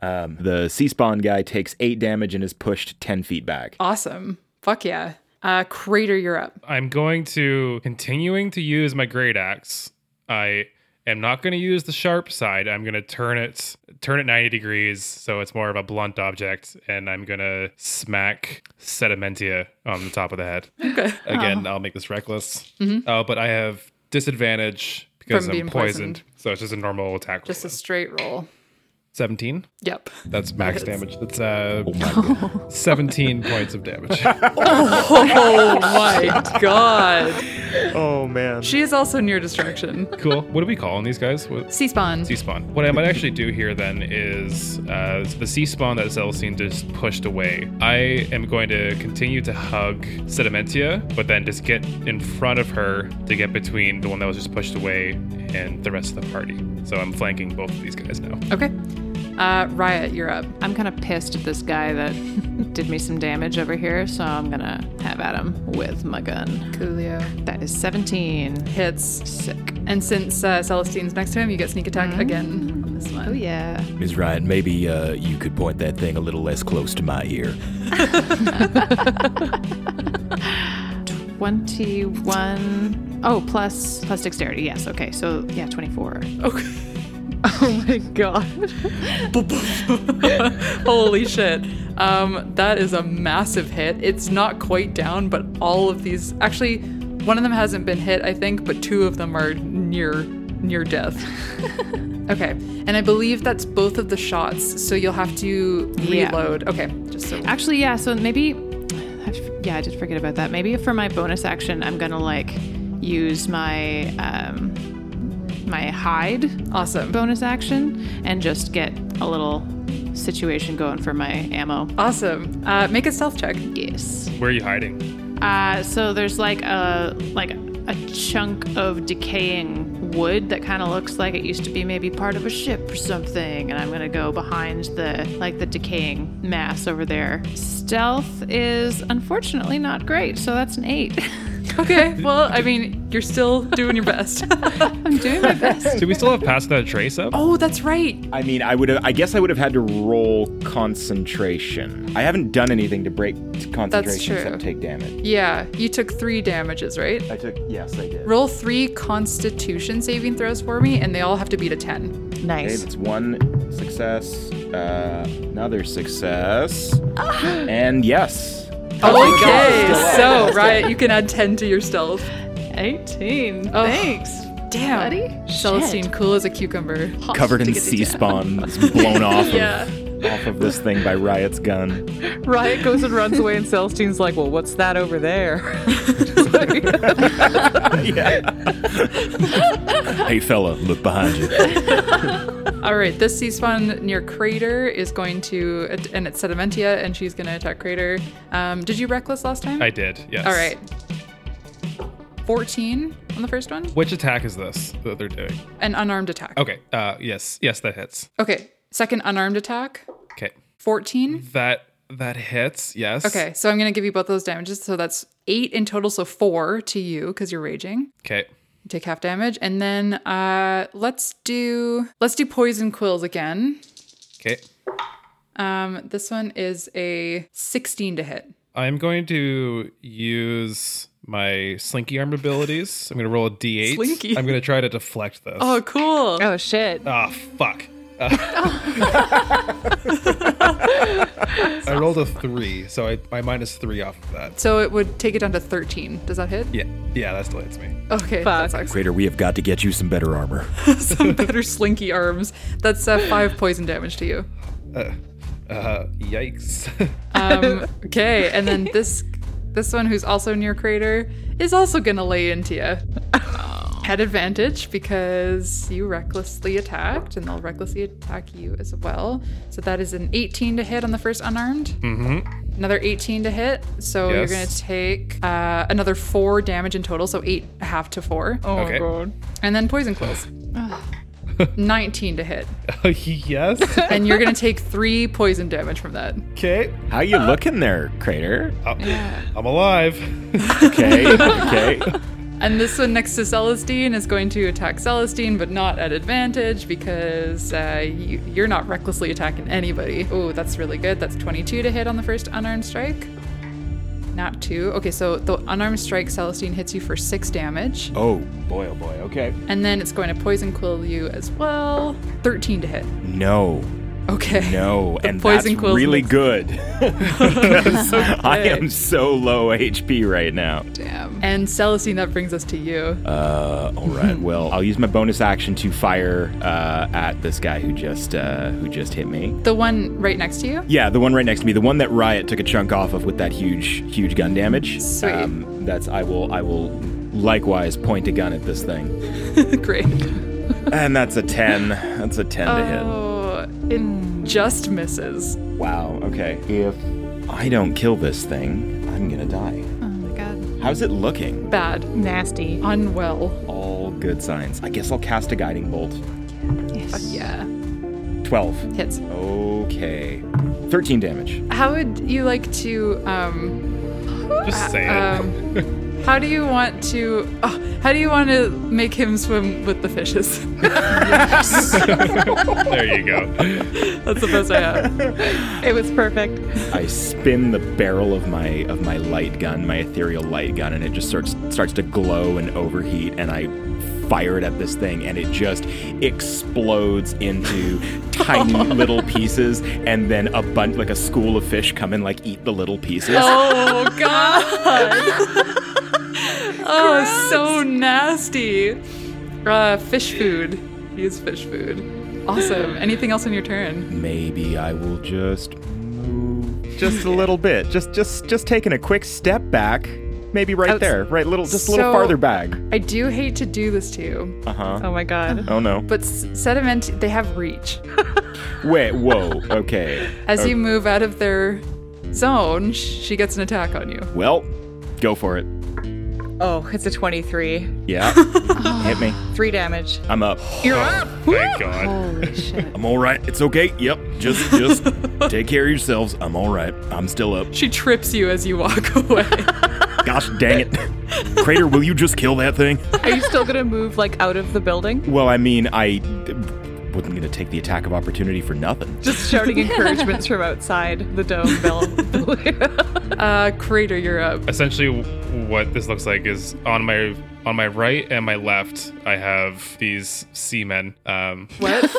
S10: Um, the C Spawn guy takes eight damage and is pushed 10 feet back.
S2: Awesome. Fuck yeah. Uh, Crater, you're up.
S1: I'm going to continuing to use my great axe. I am not going to use the sharp side. I'm going to turn it turn it 90 degrees so it's more of a blunt object, and I'm going to smack Sedimentia on the top of the head.
S2: Okay.
S1: Again, oh. I'll make this reckless. Mm-hmm. Uh, but I have disadvantage because From I'm being poisoned, poisoned, so it's just a normal attack.
S2: Just roll. a straight roll.
S1: 17.
S2: Yep.
S1: That's max that damage. That's uh *laughs* oh 17 points of *laughs* damage.
S2: oh my god.
S10: Oh man.
S2: She is also near destruction.
S1: Cool. What are we calling these guys? What?
S2: C-spawn.
S1: C-spawn. What I might actually do here then is uh, the C-spawn that Celestine just pushed away. I am going to continue to hug Sedimentia, but then just get in front of her to get between the one that was just pushed away and the rest of the party. So I'm flanking both of these guys now.
S2: Okay. Uh, Riot, you're up.
S7: I'm kind of pissed at this guy that *laughs* did me some damage over here, so I'm gonna have at him with my gun.
S2: Coolio.
S7: That is 17.
S2: Hits.
S7: Sick.
S2: And since uh, Celestine's next to him, you get sneak attack mm-hmm. again on this one.
S7: Oh, yeah.
S9: Ms. Riot, maybe uh, you could point that thing a little less close to my ear.
S7: 21. Oh, plus, plus dexterity. Yes. Okay. So, yeah, 24.
S2: Okay.
S8: Oh my god.
S2: Holy shit. Um, that is a massive hit. It's not quite down, but all of these actually one of them hasn't been hit, I think, but two of them are near near *laughs* death. okay. And I believe that's both of the shots, so you'll have to reload. Yeah. Okay, just so
S7: Actually, yeah, so maybe yeah, I did forget about that. Maybe for my bonus action, I'm going to like use my um my hide
S2: awesome
S7: bonus action and just get a little situation going for my ammo
S2: awesome uh, make a stealth check
S7: yes
S1: where are you hiding
S7: uh, so there's like a like a chunk of decaying wood that kind of looks like it used to be maybe part of a ship or something and i'm gonna go behind the like the decaying mass over there stealth is unfortunately not great so that's an *laughs* eight
S2: okay. Well, I mean, you're still
S8: *laughs*
S2: doing your best.
S7: I'm doing my best.
S1: Do we still have passed that trace up?
S2: Oh, that's right.
S10: I mean, I would have. I guess I would have had to roll concentration. I haven't done anything to break concentration
S2: that's true.
S10: except take damage.
S2: Yeah, you took three damages, right?
S10: I took. Yes, I did.
S2: Roll three Constitution saving throws for me, and they all have to beat a ten.
S8: Nice.
S10: Okay, that's one success. Uh, another success.
S2: Ah.
S10: and yes.
S2: Oh okay, so Riot, you can add 10 to your stealth.
S7: 18. Oh, Thanks.
S2: Damn. Buddy? Celestine, cool as a cucumber. *laughs*
S9: Covered in sea spawn. It's blown off.
S2: yeah.
S9: Of- all off of this thing by Riot's gun.
S2: *laughs*
S8: Riot goes and runs away, and Celestine's like, "Well, what's that over there?"
S2: Oh,
S9: *laughs*
S14: hey, fella, look behind you.
S2: *laughs* All right, this sea spawn near Crater is going to, and it's Sedimentia, and she's going to attack Crater. Um, did you reckless last time?
S1: I did. Yes.
S2: All right. 14 on the first one.
S1: Which attack is this that they're doing?
S2: An unarmed attack.
S1: Okay. Uh, yes. Yes, that hits.
S2: Okay. Second unarmed attack.
S1: Okay.
S2: 14.
S1: That that hits. Yes.
S2: Okay. So I'm going to give you both those damages. So that's eight in total. So four to you because you're raging.
S1: Okay.
S2: You take half damage, and then uh, let's do let's do poison quills again.
S1: Okay.
S2: Um, this one is a 16 to hit.
S1: I'm going to use my slinky arm abilities. I'm going to roll a d8.
S2: Slinky.
S1: I'm going to try to deflect this.
S2: Oh, cool.
S8: Oh shit.
S1: Ah,
S2: *laughs*
S1: fuck. Uh, I rolled a three, so I, I minus three off of that.
S2: So it would take it down to 13. Does that hit?
S1: Yeah, yeah, that still hits me.
S2: Okay. That
S8: Fuck.
S2: sucks. *laughs*
S14: Crater, we have got to get you some better armor.
S2: Some better slinky arms. That's uh, five poison damage to you.
S1: Uh, uh,
S2: *laughs*
S1: yikes. *laughs*
S2: Um, okay, and then this this one who's also near crater is also gonna lay into you.
S1: Oh.
S2: Had advantage because you recklessly attacked, and they'll recklessly attack you as well. So that is an 18 to hit on the first unarmed.
S1: mm-hmm.
S2: Another 18 to hit. So you're gonna
S1: Yes.
S2: take uh, another four damage in total. So eight half to four,
S8: Oh
S1: Okay.
S8: my god.
S2: and then poison quills. Ugh. 19 to hit,
S1: *laughs* yes.
S2: and you're gonna take three poison damage from that.
S1: Okay.
S9: How
S2: Uh.
S9: you looking there,
S2: *laughs*
S9: Crater?
S1: I'm, I'm alive. *laughs*
S2: *laughs*
S9: Okay, okay.
S2: And this one next to Celestine is going to attack Celestine, but not at advantage because uh, you, you're not recklessly attacking anybody. Oh, that's really good. That's 22 to hit on the first unarmed strike. Not two. Okay, so the unarmed strike, Celestine hits you for six damage.
S9: Oh boy, oh boy. Okay.
S2: And then it's going to poison quill you as well. 13 to
S9: *laughs*
S2: hit.
S9: No,
S2: Okay.
S9: no, and
S2: poison
S9: that's
S2: quills
S9: really
S2: mix.
S9: good.
S2: *laughs*
S9: Because *laughs* I am so low HP right now.
S15: Damn.
S2: And Celestine, that brings us to you.
S9: Uh, all
S15: *laughs*
S9: right. Well, I'll use my bonus action to fire uh, at this guy who just uh, who just hit me.
S2: the one right next to you?
S9: Yeah, the one right next to me, the one that Riot took a chunk off of with that huge huge gun damage. Um,
S2: Sweet.
S9: that's I will I will likewise point a gun at this
S15: *laughs*
S9: thing,
S2: Great.
S9: and that's a ten. That's a ten to hit.
S2: Oh, it just misses.
S9: Wow, okay. If I don't kill this thing, I'm gonna die.
S15: Oh my god.
S9: How's it looking?
S2: Bad.
S8: Nasty.
S2: Unwell.
S9: All good signs. I guess I'll cast a guiding bolt. Uh,
S15: Yes.
S2: Yeah.
S9: 12.
S2: Hits.
S9: Okay. 13 damage.
S2: How would you like to um
S1: Just say it.
S2: um how do you want to oh, how do you want to make him swim with the fishes? *laughs* um.
S1: there you go.
S2: That's the best I have.
S8: It was perfect.
S9: I spin the barrel of my of my light gun, my ethereal light gun, and it just starts starts to glow and overheat and I fire it at this thing and it just explodes
S2: *laughs*
S9: into tiny
S2: Oh.
S9: little pieces and then a bunch like a school of fish come and like eat the little pieces.
S2: Oh god. oh, so nasty. Uh, fish food. Use fish food. Awesome. Anything else on your turn?
S9: maybe I will just move just a little bit. Just just just taking a quick step back. Maybe right
S2: Outs-
S9: there. Right little just a little
S2: So-
S9: farther back.
S2: I do hate to do this to you,
S9: Uh-huh.
S8: Oh my god.
S9: Oh no.
S2: but s- sediment they have *laughs* reach.
S9: Wait, whoa. Okay.
S2: As
S9: Okay.
S2: you move out of their zone, sh- she gets an attack on you.
S9: Well, go for it.
S8: Oh, it's a 23. *laughs*
S9: Yeah. Hit me.
S8: Three damage.
S9: I'm up. Oh,
S8: You're up.
S1: Thank God.
S15: Holy shit.
S14: I'm all right. It's okay. Yep. Just,
S8: *laughs*
S14: just take care of yourselves. I'm all right. I'm still up.
S2: She trips you as you walk *laughs* away.
S14: Gosh dang it, Crater, will you just kill that thing?
S8: Are you still gonna move like out of the building?
S9: Well, I mean, I wasn't going to take the attack of opportunity for nothing.
S7: *laughs*
S8: Just shouting encouragements from outside the dome bell.
S2: uh, Crater, you're up.
S1: Essentially, w- what this looks like is on my on my right and my left, I have these seamen. Um, *laughs*
S2: What?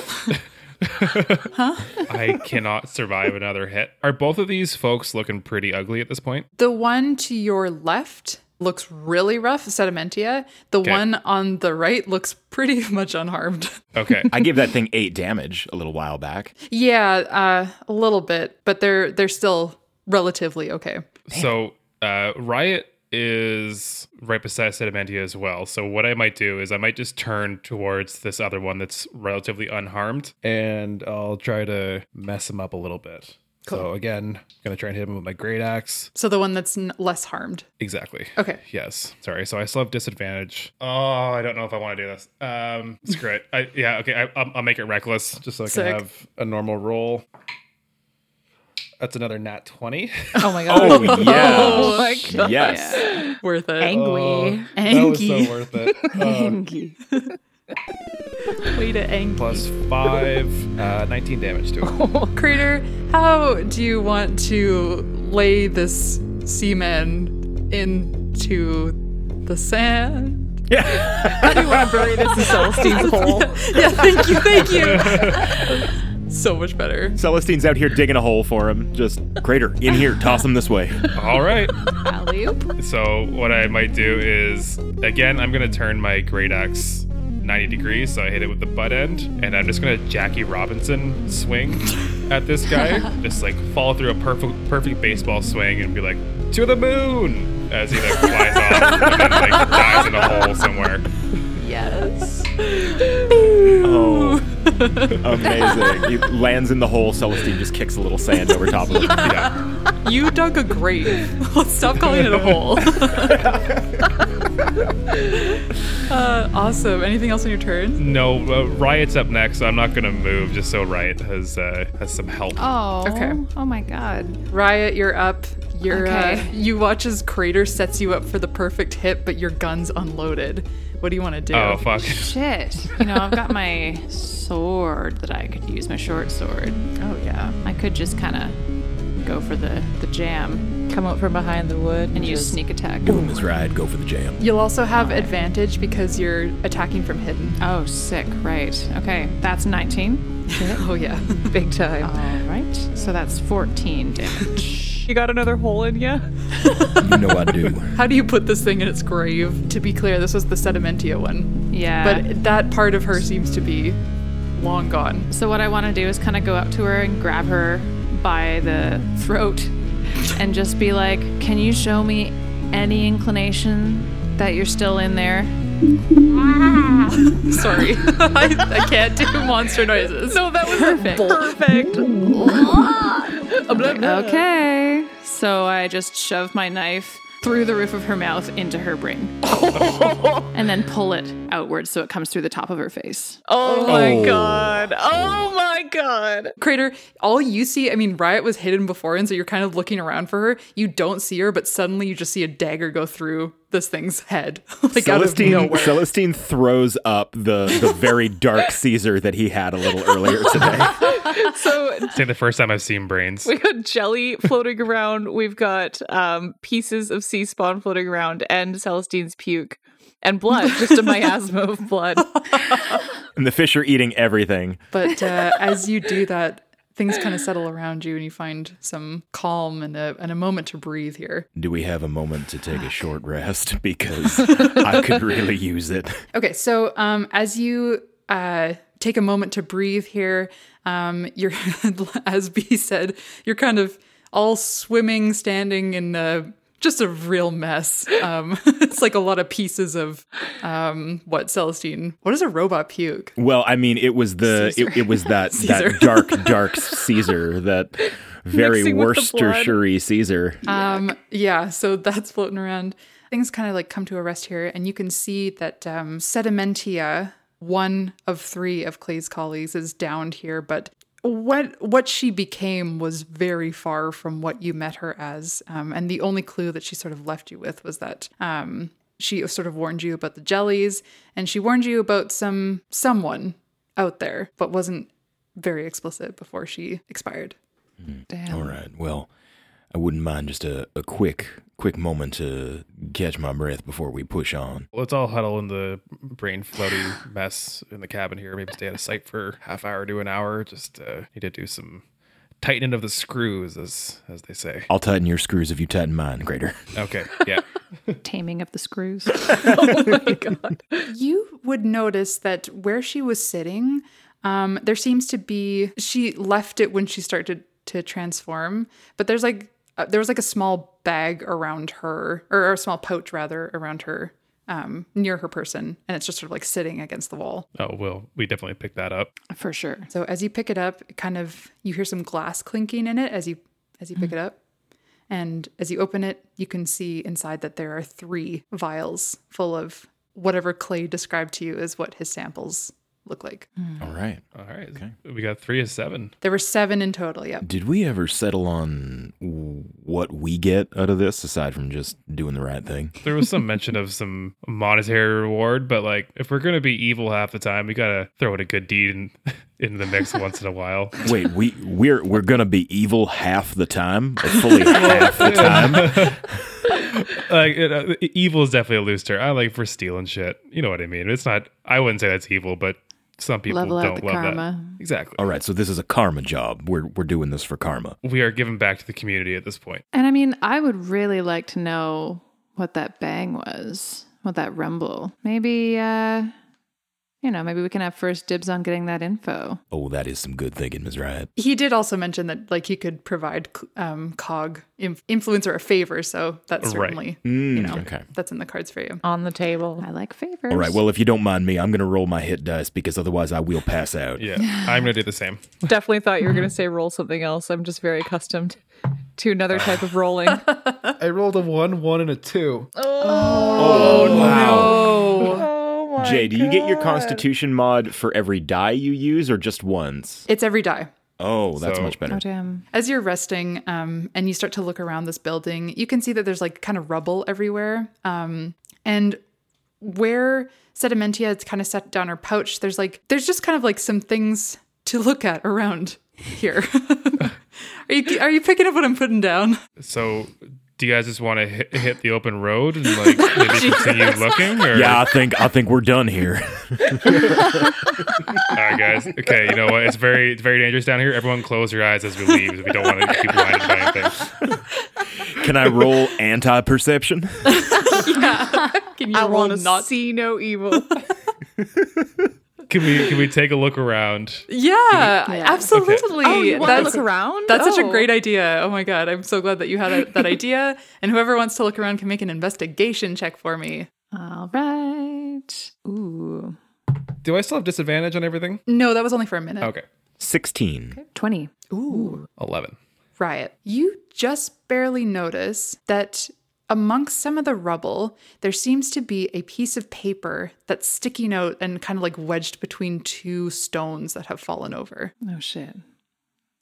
S1: I cannot survive another hit. Are both of these folks looking pretty ugly at this point?
S2: the one to your left looks really rough, sedimentia. The
S1: Okay.
S2: one on the right looks pretty *laughs* much unharmed. *laughs*
S1: Okay.
S10: I gave that thing eight damage a little while back.
S2: yeah, uh, a little bit, but they're they're still relatively okay.
S1: *laughs* So uh, Riot is right beside Sedimentia as well. So what I might do is I might just turn towards this other one that's relatively unharmed, and I'll try to mess him up a little bit. So again, gonna try and hit him with my great axe.
S2: So the one that's n- less harmed.
S1: Exactly.
S2: Okay.
S1: Yes. Sorry. So I still have disadvantage. Oh, I don't know if I want to do this. Um, screw it. I, yeah. Okay. I, I'll, I'll make it reckless just so I can
S2: Sick.
S1: have a normal roll. That's another nat twenty.
S2: Oh my god.
S10: Oh, yeah.
S2: Oh my god.
S10: Yes.
S2: Worth it.
S1: Oh,
S8: Angry.
S1: that was so
S2: Angie.
S1: worth it. Uh,
S8: Angry.
S2: Way to ang-
S1: plus five, uh, 19 damage to him.
S2: Crater, how do you want to lay this seaman into the sand? *laughs*
S8: How do you want to bury this in
S15: *laughs*
S8: Celestine's hole?
S2: Yeah, thank you, thank
S1: *laughs*
S2: you. so much better.
S10: Celestine's out here digging a hole for him. Just crater in here. Toss him this way.
S1: All right.
S8: Alley-oop.
S1: So what I might do is, again, I'm gonna turn my great axe 90 degrees, so I hit it with the butt end, and I'm just gonna Jackie Robinson swing at this
S8: *laughs*
S1: guy, just like fall through a perfect perfect baseball swing and be like, to the moon, as he like flies off and then, like dies in a hole somewhere.
S10: Oh, *laughs* amazing. He lands in the hole. Celestine just kicks a little sand over top of him.
S1: Yeah.
S2: You dug a grave. Let's stop calling it a hole. uh, awesome. Anything else on your turn?
S1: No, uh, Riot's up next, so I'm not gonna move just so Riot has uh, has some help.
S7: Oh.
S2: Okay.
S7: Oh my god.
S2: Riot, you're up. You're uh,
S7: Okay.
S2: you watch as Crater sets you up for the perfect hit, but your gun's unloaded. What do you want to do?
S1: Oh fuck. *laughs*
S7: Shit. You know, I've got my sword that I could use, my short sword.
S2: Oh, yeah.
S7: I could just kind of go for the the jam
S8: Come out from behind the wood
S7: and use sneak attack.
S9: Boom this ride, go for the jam.
S2: You'll also have advantage because you're attacking from hidden.
S7: *laughs* Oh, sick. Right. Okay. That's 19.
S2: Oh yeah.
S8: big time.
S7: All right. So that's
S8: *laughs*
S7: 14 damage.
S8: You got another hole in you?
S9: You know I do.
S2: How do you put this thing in its grave? To be clear, this was the sedimentia one.
S7: yeah.
S2: But that part of her seems to be long gone.
S7: So what I want to do is kind of go up to her and grab her by the throat and just be like, "Can you show me any inclination that you're still
S2: *laughs*
S7: in there?" *laughs*
S2: Sorry. I, I can't do monster noises. No, that was
S7: *laughs*
S8: Perfect.
S7: Okay. So I just shove my knife through the roof of her mouth into
S2: *laughs*
S7: her brain. and then pull it outwards so it comes through the top of her face.
S8: Oh my god. Oh my god.
S2: Crater, all you see, I mean, Riot was hidden before, and so you're kind of looking around for her. You don't see her, but suddenly you just see a dagger go through this thing's head. *laughs* like out of
S10: Celestine,
S2: nowhere.
S10: Celestine throws up the, the very dark Caesar that he had a little earlier today.
S8: So
S1: I think the first time I've seen
S8: *laughs*
S1: brains.
S8: we got jelly floating around. We've got um, pieces of sea spawn floating around, and Celestine's puke, and blood. Just a miasma of
S2: *laughs*
S8: blood.
S10: And the fish are eating everything.
S2: But uh, as you do that, things kind of settle around you, and you find some calm and a, and a moment to breathe here.
S9: Do we have a moment to take a
S10: *laughs*
S9: short rest? Because I could really use it.
S2: Okay, so um, as you uh, take a moment to breathe here, um, you're, *laughs* as B said, you're kind of all swimming, standing in a, just a real mess. Um, *laughs* it's like a lot of pieces of um, what Celestine. What is a robot puke?
S10: Well, I mean, it was the it, it was
S8: *laughs*
S10: that
S2: Caesar.
S10: that dark dark Caesar, that very
S8: Mixing with the blood.
S10: Worcestershire Caesar.
S2: Um, yeah, so *laughs* that's floating around. Things kind of like come to a rest here, and you can see that um, Sedimentia, one of three of Clay's colleagues, is downed here. But what what she became was very far from what you met her as, um, and the only clue that she sort of left you with was that um, she sort of warned you about the jellies, and she warned you about some someone out there, but wasn't very explicit before she expired.
S9: All right. Well, I wouldn't mind just a, a quick quick moment to catch my breath before we push on.
S1: Let's all huddle in the brain floaty mess in the cabin here. Maybe stay out of sight for half hour to an hour. Just uh, need to do some tightening of the screws, as as they say.
S9: I'll tighten your screws if you tighten mine, Greater.
S1: Okay, yeah.
S7: Taming of the Screws.
S2: oh my god. You would notice that where she was sitting, um, there seems to be she left it when she started to transform, but there's like uh, there was like a small bag around her or a small pouch rather around her um, near her person, and it's just sort of like sitting against the wall.
S1: *laughs* Oh, well, we definitely pick that up.
S7: For sure.
S2: So as you pick it up, it kind of you hear some glass clinking in it as you as you pick it
S9: Mm.
S2: up. And as you open it, you can see inside that there are three vials full of whatever clay described to you as what his samples look like.
S8: Mm.
S9: All right.
S1: All right. Okay. We got three of seven.
S2: There were seven in total, yep.
S9: Did we ever settle on what we get out of this aside from just doing the right
S10: *laughs*
S9: thing?
S1: There was some mention of some monetary reward, but like if we're gonna be evil half the time, we gotta throw in a good deed in, *laughs* in the mix once in a while.
S9: Wait, we we're we're gonna be evil half the time,
S8: *laughs*
S9: or fully half the time.
S1: *laughs* like it, uh, evil is definitely a loose term. I like for stealing shit. You know what I mean? It's not. I wouldn't say that's evil, but some people
S7: Level out
S1: don't
S7: the
S1: love
S7: karma.
S1: that. Exactly.
S9: All right, so this is a karma job. We're we're doing this for karma.
S1: We are giving back to the community at this point.
S7: And I mean, I would really like to know what that bang was, what that rumble. Maybe, uh, you know, maybe we can have first dibs on getting that info.
S9: Oh, that is some good thinking, Ms. Riot.
S2: He did also mention that like he could provide um, cog inf- influence or a favor, so that's
S1: Right.
S2: certainly
S9: Mm,
S2: you know
S9: okay.
S2: that's in the cards for you.
S8: on the table.
S7: I like favors.
S9: All right, well, if you don't mind me, I'm going to roll my hit dice because otherwise I will pass out.
S7: *laughs*
S1: Yeah, I'm gonna do the same.
S8: Definitely thought you were going to say roll something else. I'm just very accustomed to another type of rolling.
S16: I rolled a one, one, and a two.
S9: Oh, wow.
S8: oh my
S10: Jay, do you get your constitution mod for every die you use or just once?
S2: It's every die.
S9: Oh, that's
S1: So-
S9: much better.
S7: Oh, damn.
S2: As you're resting um, and you start to look around this building, you can see that there's like kind of rubble everywhere. Um, and where Sedimentia has kind of set down her pouch, there's like, there's just kind of like some things to look at around here. *laughs* are, you, are you picking up what I'm putting down?
S1: So, do you guys just want to hit, hit the open road and like
S7: *laughs*
S1: maybe continue looking? Or?
S9: Yeah, I think I think we're done here. *laughs*
S1: All right, guys. Okay, you know what? It's very, it's very dangerous down here. Everyone, close your eyes as we leave. 'cause We don't want to be blinded by anything.
S9: Can I roll anti-perception? *laughs*
S2: Can
S8: I
S2: *laughs* you roll
S8: want to
S2: not?
S8: see
S7: *laughs*
S8: no evil.
S1: Can we, can we take a look around?
S2: Yeah, absolutely.
S8: oh, you want to
S2: That's-
S8: look around? *laughs*
S2: That's such a
S8: Oh.
S2: great idea. Oh my God. I'm so glad that you had
S8: *laughs*
S2: that idea. And whoever wants to look around can make an investigation check for me.
S7: All right. Ooh.
S1: Do I still have disadvantage on everything?
S2: No, that was only for a minute.
S1: Okay,
S9: 16.
S7: 20.
S2: Ooh.
S1: eleven.
S2: Riot. You just barely notice that amongst some of the rubble, there seems to be a piece of paper that's sticking out and kind of like wedged between two stones that have fallen over.
S7: Oh, shit.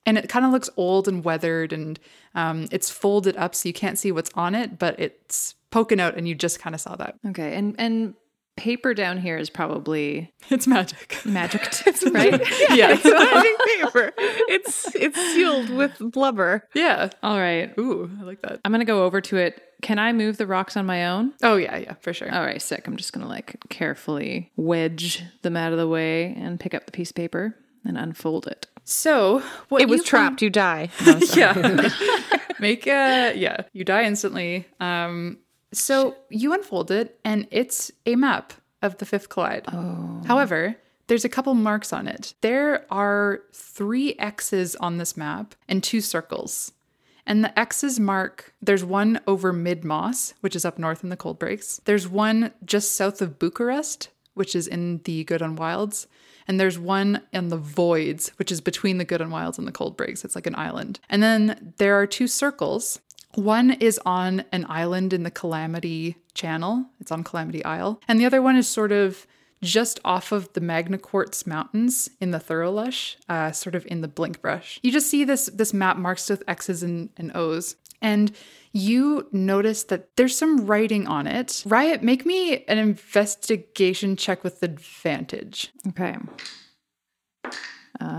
S2: And it kind of looks old and weathered and um, it's folded up so you can't see what's on it, but it's poking out and you just kind of saw that.
S7: Okay. And, and, Paper down here is probably
S2: It's magic. *laughs*
S7: magic
S8: *laughs*
S7: tips, right? *laughs*
S2: Yeah.
S8: It's not any paper. It's it's sealed with blubber.
S2: yeah.
S7: All right.
S2: Ooh, I like that.
S7: I'm going to go over to it. Can I move the rocks on my own?
S2: Oh, yeah, yeah, for sure.
S7: All right, sick. I'm just going to like carefully wedge them out of the way and pick up the piece of paper and unfold it.
S2: So, what
S8: It was
S2: you
S8: trapped. You die.
S2: yeah *laughs* make a yeah you die instantly um so you unfold it and it's a map of the fifth collide oh. however there's a couple marks on it there are three x's on this map and two circles and the x's mark there's one over mid moss which is up north in the cold breaks there's one just south of bucharest which is in the good on wilds and there's one in the voids which is between the good and wilds and the cold breaks it's like an island and then there are two circles one is on an island in the calamity channel it's on calamity isle and the other one is sort of just off of the Magna Quartz Mountains in the Thurlush, uh, sort of in the Blink Brush. You just see this this map marked with X's and, and O's, and you notice that there's some writing on it. Riot, make me an investigation check with advantage.
S7: Okay.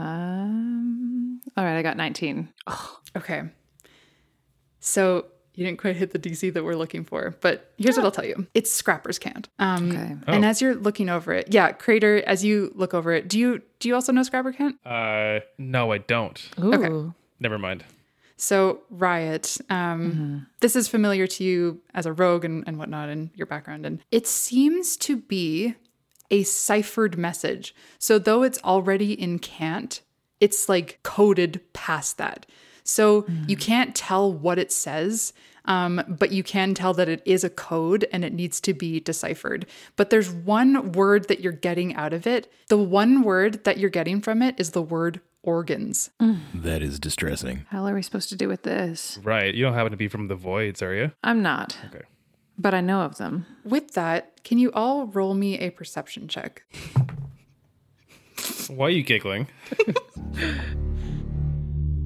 S7: Um, all right, I got 19.
S2: Okay. So you didn't quite hit the DC that we're looking for, but here's what I'll tell you: it's Scrapper's Cant. Um,
S7: Okay.
S2: And
S1: Oh.
S2: as you're looking over it, yeah, Crater. As you look over it, do you do you also know Scrapper Cant?
S1: Uh, no, I don't.
S8: Ooh.
S2: Okay.
S1: Never mind.
S2: So, Riot, um, mm-hmm. this is familiar to you as a rogue and, and whatnot in your background. And it seems to be a ciphered message. So, though it's already in Cant, it's like coded past that. So, mm-hmm. you can't tell what it says. Um, but you can tell that it is a code and it needs to be deciphered. But there's one word that you're getting out of it. The one word that you're getting from it is the word organs.
S9: Mm. That is distressing.
S7: How are we supposed to do with this?
S1: Right. You don't happen to be from the voids, are you?
S7: I'm not. Okay. But I know of them.
S2: With that, can you all roll me a perception check?
S1: Why are you giggling?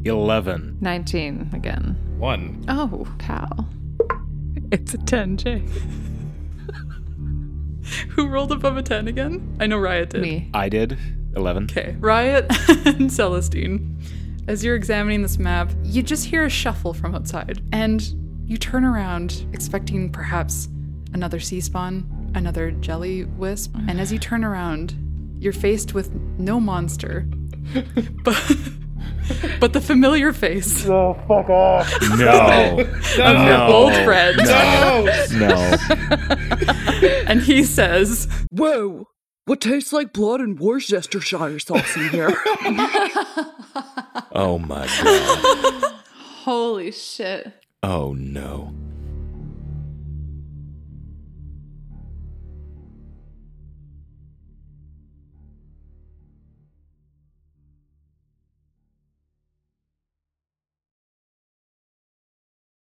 S10: 11.
S7: 19 again.
S1: 1.
S7: Oh, pal.
S8: It's a 10, Jay.
S2: *laughs* Who rolled above a 10 again? I know Riot did.
S7: Me.
S10: I did. 11.
S2: Okay. Riot *laughs* and Celestine. As you're examining this map, you just hear a shuffle from outside, and you turn around, expecting perhaps another sea spawn, another jelly wisp. And *sighs* as you turn around, you're faced with no monster, *laughs* but. but the familiar face.
S16: No, fuck off.
S10: No. no.
S2: Of your old friend.
S10: No. no.
S2: and he says,
S17: Whoa, what tastes like blood and Worcestershire sauce in here?
S9: oh my god.
S7: Holy shit.
S9: Oh no.